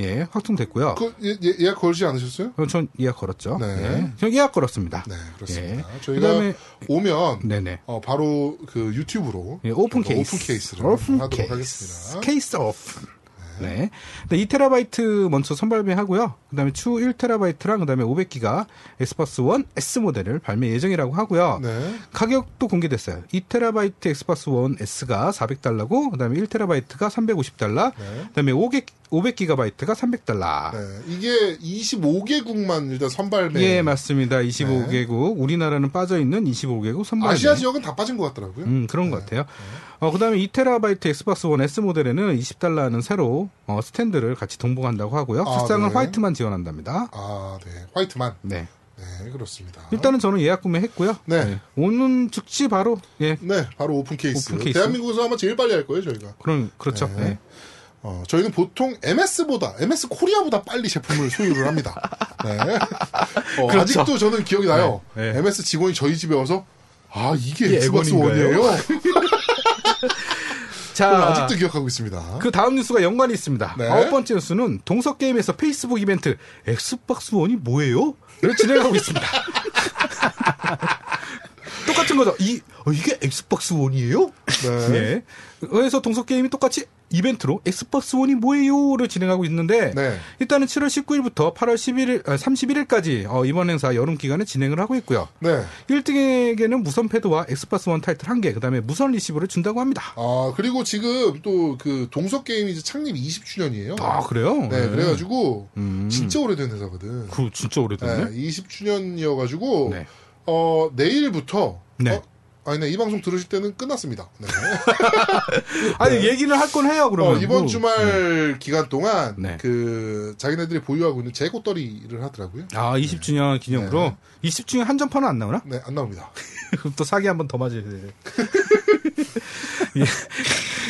A: 예, 확정됐고요.
D: 그, 예, 예, 예약 걸지 않으셨어요?
A: 어, 전 예약 걸었죠.
D: 네.
A: 예. 전 예약 걸었습니다.
D: 네, 그렇습니다.
A: 예.
D: 저희가
A: 그다음에-
D: 오면
A: 네네.
D: 어, 바로 그 유튜브로
A: 예, 오픈
D: 저희가
A: 케이스.
D: 오픈 케이스를
A: 오픈
D: 하도록
A: 케이스.
D: 하겠습니다.
A: 케이스 오픈. 네. 네. 2테라바이트 먼저 선발매하고요. 그다음에 추후 1테라바이트랑 그다음에 500기가 엑스박스 1 S 모델을 발매 예정이라고 하고요.
D: 네.
A: 가격도 공개됐어요. 2테라바이트 엑스박스 1 S가 400달러고 그다음에 1테라바이트가 350달러,
D: 네.
A: 그다음에 500 500기가바이트가 300달러.
D: 네, 이게 25개국만 일단 선발매.
A: 아. 예, 맞습니다. 25개국, 우리나라는 빠져 있는 25개국 선발매.
D: 네. 아시아 지역은 다 빠진 것 같더라고요.
A: 음, 그런 것 같아요. 어, 그 다음에 2테라바이트 엑스박스 원 S 모델에는 20달러 하는 새로 어, 스탠드를 같이 동봉한다고 하고요.
D: 아,
A: 색상은
D: 네.
A: 화이트만 지원한답니다.
D: 아, 네. 화이트만.
A: 네.
D: 네, 그렇습니다.
A: 일단은 저는 예약 구매했고요.
D: 네.
A: 오는 즉시 바로, 예.
D: 네, 바로 오픈 케이스.
A: 오픈 케이스.
D: 대한민국에서 아마 제일 빨리 할 거예요, 저희가.
A: 그런, 그렇죠.
D: 네.
A: 네.
D: 어, 저희는 보통 MS보다, MS 코리아보다 빨리 제품을 소유를 합니다. 네. 어,
A: 그렇죠.
D: 아직도 저는 기억이 나요.
A: 네, 네.
D: MS 직원이 저희 집에 와서, 아, 이게
A: 이게
D: 엑스박스
A: 에곤인가요? 아.
D: 원이에요?
A: 자,
D: 아직도 기억하고 있습니다.
A: 그 다음 뉴스가 연관이 있습니다.
D: 네.
A: 아홉 번째 뉴스는 동석 게임에서 페이스북 이벤트 엑스박스 원이 뭐예요? 를 진행하고 있습니다. 똑같은 거죠. 이 어, 이게 엑스박스 원이에요?
D: 네.
A: 예. 그래서 동석 게임이 똑같이 이벤트로 엑스박스 원이 뭐예요를 진행하고 있는데
D: 네.
A: 일단은
D: 일단은
A: 7월 19일부터 8월 11일 31일까지 어, 이번 행사 여름 기간에 진행을 하고 있고요.
D: 네.
A: 1등에게는 무선 패드와 엑스박스 원 타이틀 한 개, 그다음에 무선 리시버를 준다고 합니다.
D: 아, 그리고 지금 또 그 동석 게임이 이제 창립 20주년이에요.
A: 아 그래요?
D: 네, 그래가지고
A: 음.
D: 진짜 오래된 회사거든.
A: 그 진짜
D: 네,
A: 오래됐네.
D: 20주년이어가지고
A: 네.
D: 어 내일부터
A: 네.
D: 어, 아니, 네, 이 방송 들으실 때는 끝났습니다. 네.
A: 아니 얘기를 할 건 해요
D: 예. 어,
A: 그러면.
D: 이번
A: 뭐.
D: 주말 기간 동안
A: 네.
D: 그 자기네들이 보유하고 있는 재고떨이를 하더라고요.
A: 아 20주년
D: 예.
A: 기념으로 20주년 한정판은 안 나오나?
D: 네, 안 나옵니다.
A: 그럼 또 사기 한 번 더 맞아야 돼. 예.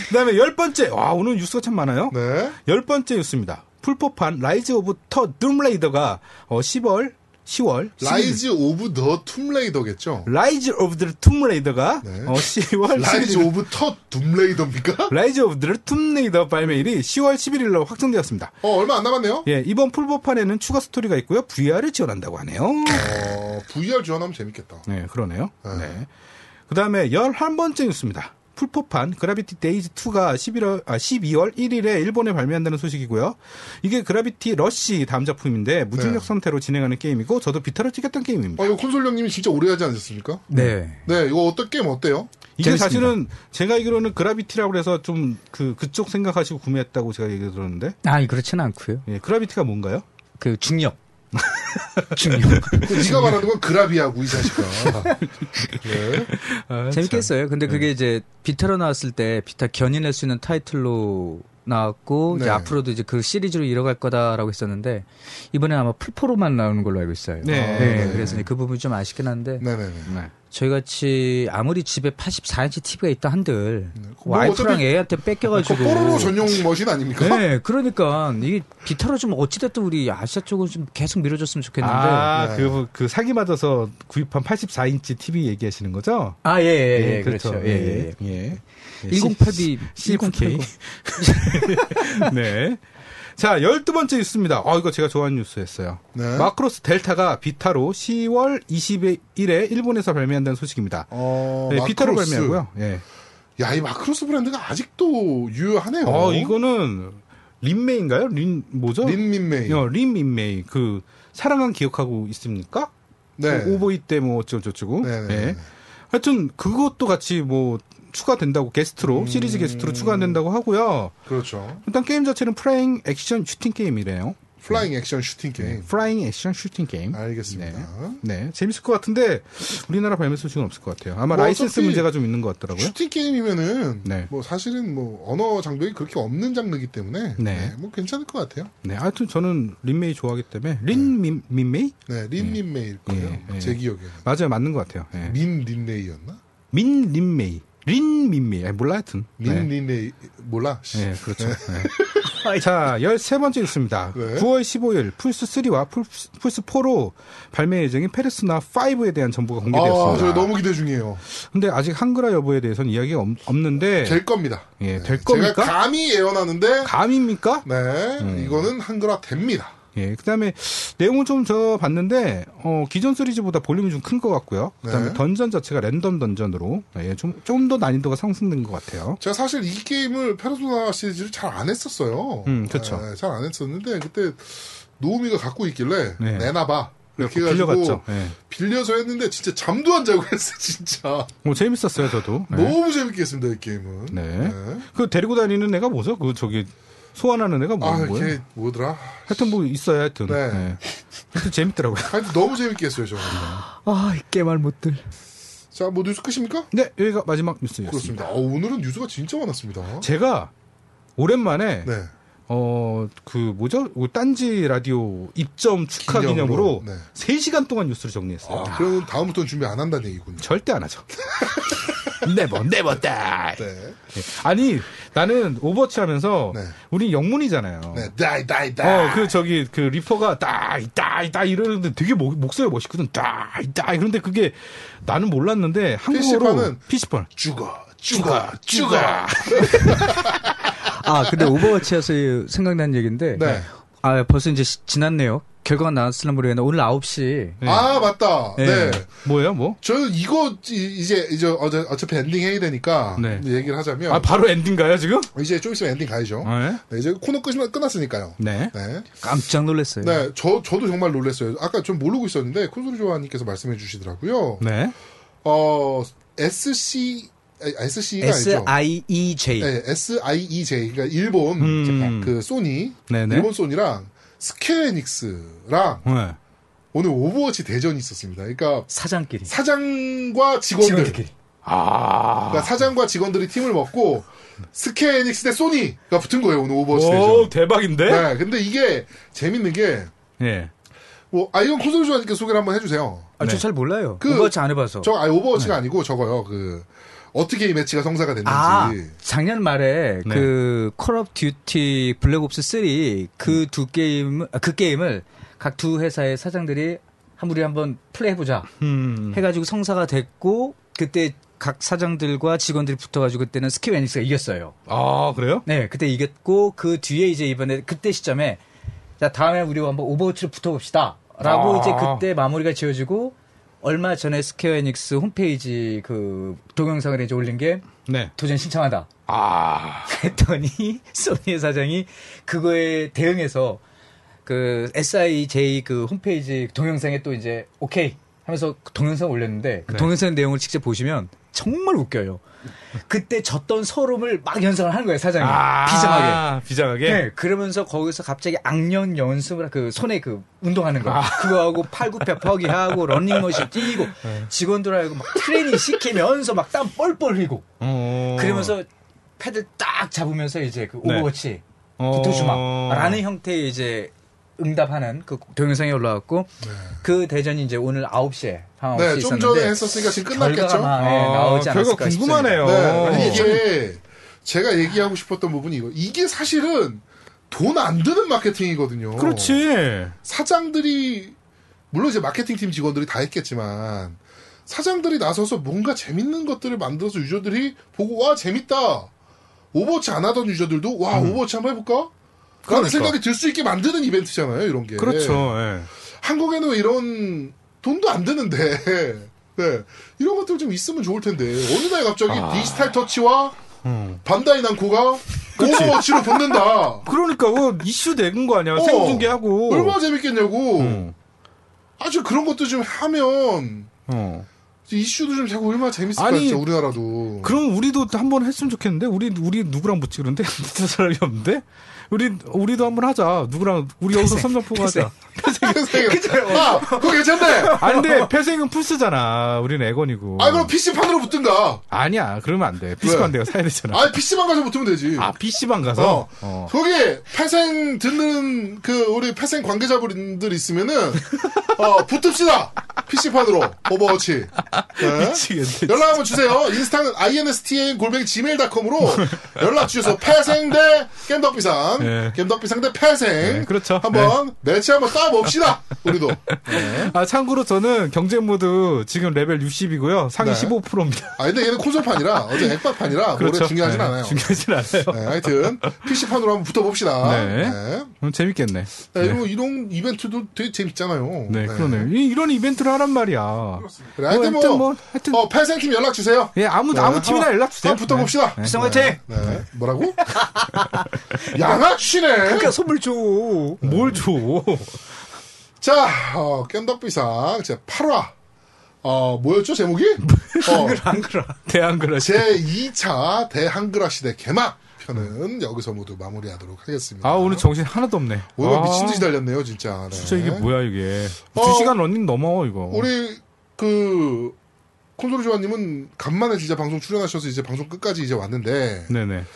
A: 그다음에 열 번째. 와 오늘 뉴스가 참 많아요.
D: 네,
A: 열 번째 뉴스입니다. 풀포판 라이즈 오브 터 둠레이더가 어, 10월 10월 11일.
D: 라이즈 오브 더 툼레이더겠죠.
A: 라이즈 오브 더 툼레이더가
D: 네.
A: 어, 10월
D: 라이즈
A: 11일.
D: 오브 터 둠레이더입니까?
A: 라이즈 오브 더 툼레이더 발매일이 10월 11일로 확정되었습니다.
D: 어 얼마 안 남았네요.
A: 예, 이번 풀보판에는 추가 스토리가 있고요. VR을 지원한다고 하네요.
D: 어, VR 지원하면 재밌겠다.
A: 네, 그러네요. 네. 그다음에 11번째 네. 뉴스입니다. 풀포판 그라비티 데이즈 2가 11월 아 12월 1일에 일본에 발매한다는 소식이고요. 이게 그라비티 러쉬 다음 작품인데 무중력
D: 네.
A: 상태로 진행하는 게임이고 저도 비타로 찍었던 게임입니다.
D: 아, 이거 콘솔 형님이 진짜 오래 하지 않으셨습니까?
C: 네.
D: 네, 이거 어떤 게임 어때요?
A: 이게
C: 재밌습니다.
A: 사실은 제가 알기로는 그라비티라고 해서 좀 그 그쪽 생각하시고 구매했다고 제가 얘기 들었는데
C: 아니 그렇진 않고요.
A: 예, 그라비티가 뭔가요?
C: 그 중력. 중력.
D: 그 네가 말하는 건 그라비아고 이 자식아.
C: 아, 재밌겠어요. 근데
D: 네.
C: 그게 이제 비타로 나왔을 때 비타 견인할 수 있는 타이틀로 나왔고 이제
D: 네.
C: 앞으로도 이제 그 시리즈로 이어갈 거다라고 했었는데 이번에 아마 풀포로만 나오는 걸로 알고 있어요.
A: 네.
C: 그래서 이제 그 부분이 좀 아쉽긴 한데
D: 네네네.
A: 네.
C: 저희 같이 아무리 집에 84인치 TV가 있다 한들
D: 뭐
C: 와이프랑
D: 어차피
C: 애한테 뺏겨가지고
D: 그 뽀로로 전용 머신 아닙니까?
C: 네, 그러니까 이게 비타로 좀 어찌됐든 우리 아시아 쪽은 좀 계속 밀어줬으면 좋겠는데 아,
A: 아,
D: 네.
A: 그, 그 사기 맞아서 구입한 84인치 TV 얘기하시는 거죠?
C: 예, 예, 예, 그렇죠. 예, 예.
A: 예. 예.
C: 108이
A: CFK. 네. 자, 12번째 뉴스입니다. 아, 이거 제가 좋아하는 뉴스였어요.
D: 네.
A: 마크로스 델타가 비타로 10월 21일에 일본에서 발매한다는 소식입니다.
D: 어,
A: 네, 비타로
D: 마크로스.
A: 발매하고요. 예.
D: 야, 이 마크로스 브랜드가 아직도 유효하네요.
A: 어, 이거는 린메인가요? 린 뭐죠?
D: 린민메이.
A: 어, 린민메이. 그 사랑한 기억하고 있습니까?
D: 네.
A: 그 오보이 때 뭐 어쩌고저쩌고.
D: 네, 네, 네,
A: 예.
D: 네.
A: 하여튼 그것도 같이 뭐 추가된다고 게스트로 시리즈
D: 음.
A: 게스트로 추가된다고 하고요.
D: 그렇죠.
A: 일단 게임 자체는 프라잉 액션 슈팅 게임이래요.
D: 플라잉 액션 슈팅
A: 네.
D: 게임.
A: 프라잉 액션 슈팅 게임.
D: 알겠습니다.
A: 네, 재밌을 것 같은데 우리나라 발매 소식은 없을 것 같아요. 아마
D: 뭐
A: 라이센스
D: 어차피
A: 문제가 좀 있는 것 같더라고요.
D: 슈팅 게임이면은
A: 네.
D: 뭐 사실은 뭐 언어 장벽이 그렇게 없는 장르이기 때문에
A: 네.
D: 네, 뭐 괜찮을 것 같아요.
A: 네, 하여튼 저는 린메이 좋아하기 때문에 린민 민메이
D: 네, 린민메일 거예요.
A: 예, 예.
D: 제 기억에는
A: 맞아요, 맞는 것 같아요. 예.
D: 민 린레이였나?
A: 민 린메이, 린 민메이, 아니, 몰라 하여튼.
D: 민
A: 네.
D: 린레이 몰라. 씨.
A: 네, 그렇죠. 네. 자, 13번째 뉴스입니다.
D: 네.
A: 9월 15일 플스3와 플스4로 발매 예정인 페르스나5에 대한 정보가
D: 아,
A: 공개되었습니다.
D: 저 너무 기대 중이에요.
A: 근데 아직 한글화 여부에 대해서는 이야기가 없- 없는데
D: 될 겁니다.
A: 예,
D: 네,
A: 될 겁니까? 음.
D: 제가 감히 예언하는데
A: 감입니까?
D: 네, 이거는 한글화 됩니다.
A: 예, 그다음에 내용은 좀 저 봤는데 어, 기존 시리즈보다 볼륨이 좀 큰 것 같고요. 그다음에
D: 네.
A: 던전 자체가 랜덤 던전으로 예, 좀좀 더 난이도가 상승된 것 같아요.
D: 제가 사실 이 게임을 페르소나 시리즈를 잘 안 했었어요. 네,
A: 음, 그쵸.
D: 잘 안 했었는데 그때 노우미가 갖고 있길래
A: 네.
D: 내놔봐. 이렇게
A: 그래갖고 빌려갔죠.
D: 해가지고
A: 예.
D: 빌려서 했는데 진짜 잠도 안 자고 했어 진짜.
A: 뭐 재밌었어요, 저도. 예.
D: 너무 재밌게 했습니다 이 게임은.
A: 네. 그 데리고 다니는 애가 뭐죠? 그 저기 소환하는 애가 뭐
D: 아,
A: 뭐예요?
D: 이게 뭐더라?
A: 하여튼 뭐 있어요, 하여튼.
D: 네.
A: 예. 하여튼 재밌더라고요.
D: 하여튼 너무 재밌게 했어요, 저는.
C: 아, 이 깨말 못들.
D: 자, 뭐 뉴스 끝입니까?
A: 네, 여기가 마지막 뉴스였습니다.
D: 그렇습니다. 어, 오늘은 뉴스가 진짜 많았습니다.
A: 제가 오랜만에
D: 네.
A: 어 그 뭐죠? 그 딴지 라디오 입점 축하 기념으로,
D: 기념으로, 네.
A: 3시간 동안 뉴스를 정리했어요.
D: 아, 그럼 다음부터는 준비 안 한다는 얘기군요.
A: 절대 안 하죠. 네버 네버 다이.
D: 네.
A: 아니 나는 오버치 하면서
D: 네.
A: 우리 영문이잖아요.
D: 네. 다이, 다이, 다이.
A: 어, 그, 저기, 그, 리퍼가, 따이, 따이, 따이 이러는데 되게 목, 목소리 멋있거든. 따이, 따이. 그런데 그게 나는 몰랐는데 한국어로.
D: PC판은
A: PC판.
D: 죽어, 죽어, 죽어.
C: 아, 근데 오버워치에서 생각난 얘기인데.
D: 네.
C: 아, 벌써 이제 시- 지났네요. 결과가 나왔을지 모르겠는데 오늘 9시.
A: 네.
D: 아, 맞다.
C: 네.
D: 네.
A: 뭐예요, 뭐?
D: 저는 이거 이- 이제 이제 어제 어차피 엔딩 해야 되니까
A: 네.
D: 이제 얘기를 하자면
A: 아, 바로 엔딩가요, 지금?
D: 이제 좀 있으면 엔딩 가야죠.
A: 네.
D: 네, 이제 코너 끝이 끝났으니까요.
A: 네.
D: 네.
C: 깜짝 놀랐어요.
D: 네, 저, 저도 정말 놀랐어요. 아까 좀 모르고 있었는데, 콘솔 좋아님께서 말씀해 주시더라고요.
A: 네.
D: 어, SC, 아니, SC가 아니죠.
C: S-I-E-J.
D: 네, SIEJ. 그러니까 일본,
A: 음.
D: 그 소니,
A: 네네.
D: 일본 소니랑 스퀘어닉스랑
A: 네.
D: 오늘 오버워치 대전이 있었습니다. 그러니까
C: 사장끼리.
D: 사장과 직원들.
E: 직원들끼리.
A: 아.
D: 그러니까 사장과 직원들이 팀을 먹고 스퀘어닉스 대 소니가 붙은 거예요, 오늘 오버워치
A: 오,
D: 대전.
A: 대박인데?
D: 네, 근데 이게 재밌는 게,
A: 예.
D: 뭐, 아, 이건 콘솔 좋아님께 소개를 한번 해주세요.
C: 아,
A: 네.
C: 저 잘 몰라요.
D: 그-
C: 오버워치 안 해봐서.
D: 저 아니 오버워치가 아니고 저거요. 그 어떻게 이 매치가 성사가 됐는지. 네,
C: 아, 작년 말에
A: 네.
C: 그 콜업 듀티 블랙옵스 3 그 두 게임 그 게임을 각 두 회사의 사장들이 한 우리 한번 플레이해 보자
A: 음.
C: 해 가지고 성사가 됐고 그때 각 사장들과 직원들이 붙어 가지고 그때는 스퀘어 엔닉스가 이겼어요.
A: 아, 그래요?
C: 네, 그때 이겼고 그 뒤에 이제 이번에 그때 시점에 자, 다음에 우리 한번 오버워치를 붙어 봅시다. 라고
A: 아.
C: 이제 그때 마무리가 지어지고 얼마 전에 스퀘어 에닉스 홈페이지 그 동영상을 이제 올린 게
A: 네.
C: 도전 신청하다.
A: 아.
C: 했더니 소니의 사장이 그거에 대응해서 그 SIJ 그 홈페이지 동영상에 또 이제 오케이 하면서 그 동영상 올렸는데 그
A: 네.
C: 동영상 내용을 직접 보시면 정말 웃겨요. 그때 졌던 서름을 막 연상을 하는 거예요
D: 네.
C: 사장이 비장하게.
A: 아, 비장하게.
C: 네, 그러면서 거기서 갑자기 악년 연습을 하- 그 손에 그 운동하는 거 그거 하고 팔굽혀 펴기 하고 러닝머신 뛰고 직원들하고 막 트레이닝 시키면서 막 땀 뻘뻘 흘리고
A: 어.
C: 그러면서 패들 딱 잡으면서 이제 그
A: 네.
C: 오버워치
A: 어.
C: 도토슈마라는 형태의 이제 응답하는 그 동영상이 올라왔고 그 대전이 이제 오늘 9시에 밤 9시
D: 네, 좀
C: 아, 있었는데
D: 전에 했었으니까 지금 끝났겠죠?
C: 결과가 네, 나오지
A: 아,
C: 않았을까
A: 결과 궁금하네요.
D: 네.
A: 어.
D: 아니, 이게 제가 얘기하고 싶었던 부분이 이거. 이게 사실은 돈 안 드는 마케팅이거든요.
A: 그렇지.
D: 예. 사장들이 물론 이제 마케팅팀 직원들이 다 했겠지만 사장들이 나서서 뭔가 재밌는 것들을 만들어서 유저들이 보고 와 재밌다 오버워치 안 하던 유저들도 와 오버워치 한번 해볼까?
A: 음. 그러니까.
D: 라는 생각이 들 수 있게 만드는 이벤트잖아요 이런 게
A: 그렇죠. 예.
D: 한국에는 왜 이런 돈도 안 드는데 네. 이런 것들 좀 있으면 좋을 텐데 어느 날 갑자기
A: 아.
D: 디지털 터치와
A: 음.
D: 반다이 남코가 오버워치로 붙는다
A: 그러니까 어, 이슈 낸 거 아니야.
D: 어.
A: 생중계하고.
D: 얼마나 재밌겠냐고
A: 음.
D: 아주 그런 것도 좀 하면
A: 어.
D: 이슈도 좀 자꾸 얼마나 재밌을까
A: 아니,
D: 진짜 우리나라도
A: 그럼 우리도 한번 했으면 좋겠는데 우리 우리 누구랑 붙지 그런데 붙는 사람이 없는데 우리 우리도 한번 하자 누구랑 우리 여기서 삼성포가 하자 아,
D: 아 그거
A: 음.
D: 괜찮네
A: 안돼 패생은 플스잖아 우리는 에건이고
D: 아 그럼 PC판으로 붙든가
A: 니야 그러면 안돼 PC방 내가 사야 되잖아
D: 아 PC방 가서 붙으면 되지
A: 아 PC방 가서
D: 어. 거기 패생 듣는 그 우리 패생 관계자분들 있으면은 어 붙읍시다 PC판으로 오버워치 네.
A: 미치겠네
D: 연락 한번 주세요 인스타는 instan 골뱅이 gmail.com으로 연락 주셔서 패생 대 겜덕비상
A: 네.
D: 겜덕비상 대 패생
A: 네, 그렇죠.
D: 한번 매치 한번 따봅시다 우리도 네.
A: 아 참고로 저는 경제 모드 지금 레벨 60이고요 상위
D: 네.
A: 15%입니다
D: 아 근데 얘는 콘솔판이라 어제 액박판이라 그
A: 그렇죠
D: 노래 중요하진
A: 네,
D: 않아요.
A: 중요하진 않아요
D: 네, 하여튼 PC판으로 한번 붙어봅시다.
A: 네.
D: 네.
A: 음, 재밌겠네
D: 네, 이런, 이런 이벤트도 되게 재밌잖아요.
A: 네, 그러네요 이- 이런 이벤트를 하란 말이야
D: 그래, 하여튼
A: 뭐,
D: 뭐,
A: 하여튼 뭐, 하여튼-
D: 어, 패생팀 연락 주세요.
A: 예 아무
D: 네.
A: 아무 팀이나 연락 주세요
D: 한번 붙어봅시다.
C: 비상 화이팅!
D: 네. 뭐라고? 양아치네.
C: 그러니까 선물 줘.
A: 네. 뭘 줘?
D: 자, 어, 깸덕비상 제 8화. 어, 뭐였죠 제목이? 어,
A: 대한그라 씨.
D: 제 2차 대한글화 시대 개막 편은 여기서 모두 마무리하도록 하겠습니다.
A: 아 오늘 정신 하나도 없네.
D: 오늘
A: 아,
D: 미친 듯이 달렸네요, 진짜. 네.
A: 진짜 이게 뭐야 이게?
D: 어.
A: 두 시간 러닝 넘어 이거.
D: 우리 그 콘솔 조아님은 간만에 진짜 방송 출연하셔서 이제 방송 끝까지 이제 왔는데
A: 네네.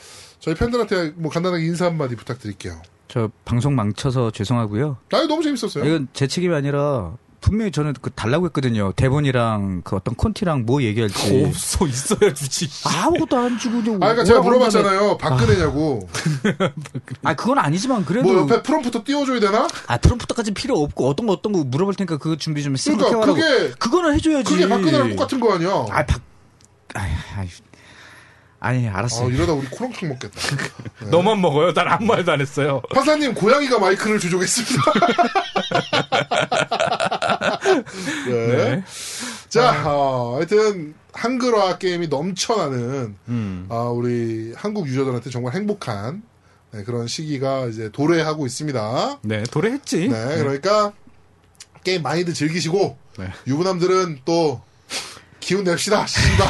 D: 저희 팬들한테 뭐 간단하게 인사 한마디 부탁드릴게요.
C: 저 방송 망쳐서 죄송하고요.
D: 나이 너무 재밌었어요.
C: 이건 제 책임이 아니라 분명히 저는 그 달라고 했거든요. 대본이랑 그 어떤 콘티랑 뭐
D: 예.
C: 얘기할지
A: 없어 있어야 주지.
C: 아무것도 안 주고 그냥
D: 아, 그러니까 제가
C: 오라고 한 다음에-
D: 물어봤잖아요. 박근혜냐고.
C: 아 그건 아니지만 그래도
D: 뭐 옆에 프롬프터 띄워줘야 되나?
C: 아 프롬프터까지 필요 없고 어떤 거 어떤 거 물어볼 테니까 그거 준비 좀 했으면
D: 그러니까
C: 그렇게 하라고.
D: 그게-
C: 그거는 해줘야지.
D: 그게 박근혜랑 똑같은 거 아니야?
C: 아 박. 아이, 아이, 아니
D: 아,
C: 알았어요.
D: 이러다 우리 코렁탕 먹겠다. 네.
A: 너만 먹어요. 난 아무 말도 안 했어요.
D: 판사님, 고양이가 마이크를 주종했습니다. 네.
A: 네.
D: 자, 어, 하여튼, 한글화 게임이 넘쳐나는
A: 음.
D: 아, 우리 한국 유저들한테 정말 행복한 네, 그런 시기가 이제 도래하고 있습니다.
A: 네 도래했지.
D: 네, 그러니까 게임 많이들 즐기시고
A: 네.
D: 유부남들은 또 기운 냅시다. 씨발.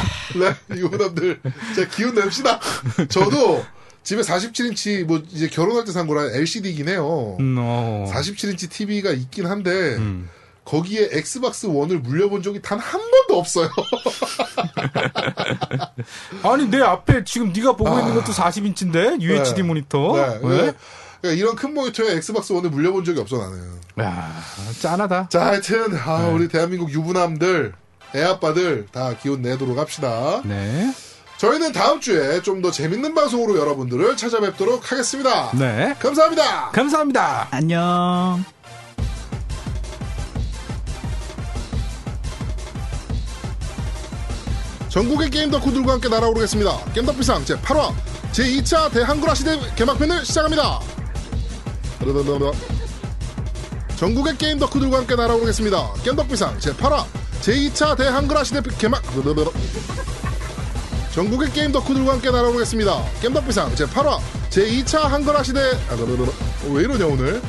D: 네, 유부남들 자 기운 냅시다. 저도 집에 47인치 뭐 이제 결혼할 때 산 거라 LCD긴 해요.
A: 음, 어.
D: 47인치 TV가 있긴 한데
A: 음.
D: 거기에 엑스박스 원을 물려본 적이 단 한 번도 없어요.
A: 아니 내 앞에 지금 네가 보고 있는 것도 40인치인데 UHD
D: 아. 네.
A: 모니터.
D: 네,
A: 어? 왜?
D: 그러니까 이런 큰 모니터에 엑스박스 원을 물려본 적이 없어 나는.
A: 야 짠하다.
D: 자, 하여튼
A: 네.
D: 아, 우리 대한민국 유부남들, 애아빠들 다 기운 내도록 합시다.
A: 네.
D: 저희는 다음 주에 좀 더 재밌는 방송으로 여러분들을 찾아뵙도록 하겠습니다.
A: 네.
D: 감사합니다.
A: 감사합니다.
C: 안녕.
D: 전국의 게임 덕후들과 함께 날아오르겠습니다. 게임 덕비상 제8화 제2차 대한글화 시대 개막편을 시작합니다. 전국의 게임 덕후들과 함께 날아오르겠습니다. 게임 덕비상 제8화 제2차 대한글 아시대 개막 전국의 게임 덕후들과 함께 날아보겠습니다. 겜덕비상 제8화 제2차 한글 아시대 아, 어, 왜 이러냐 오늘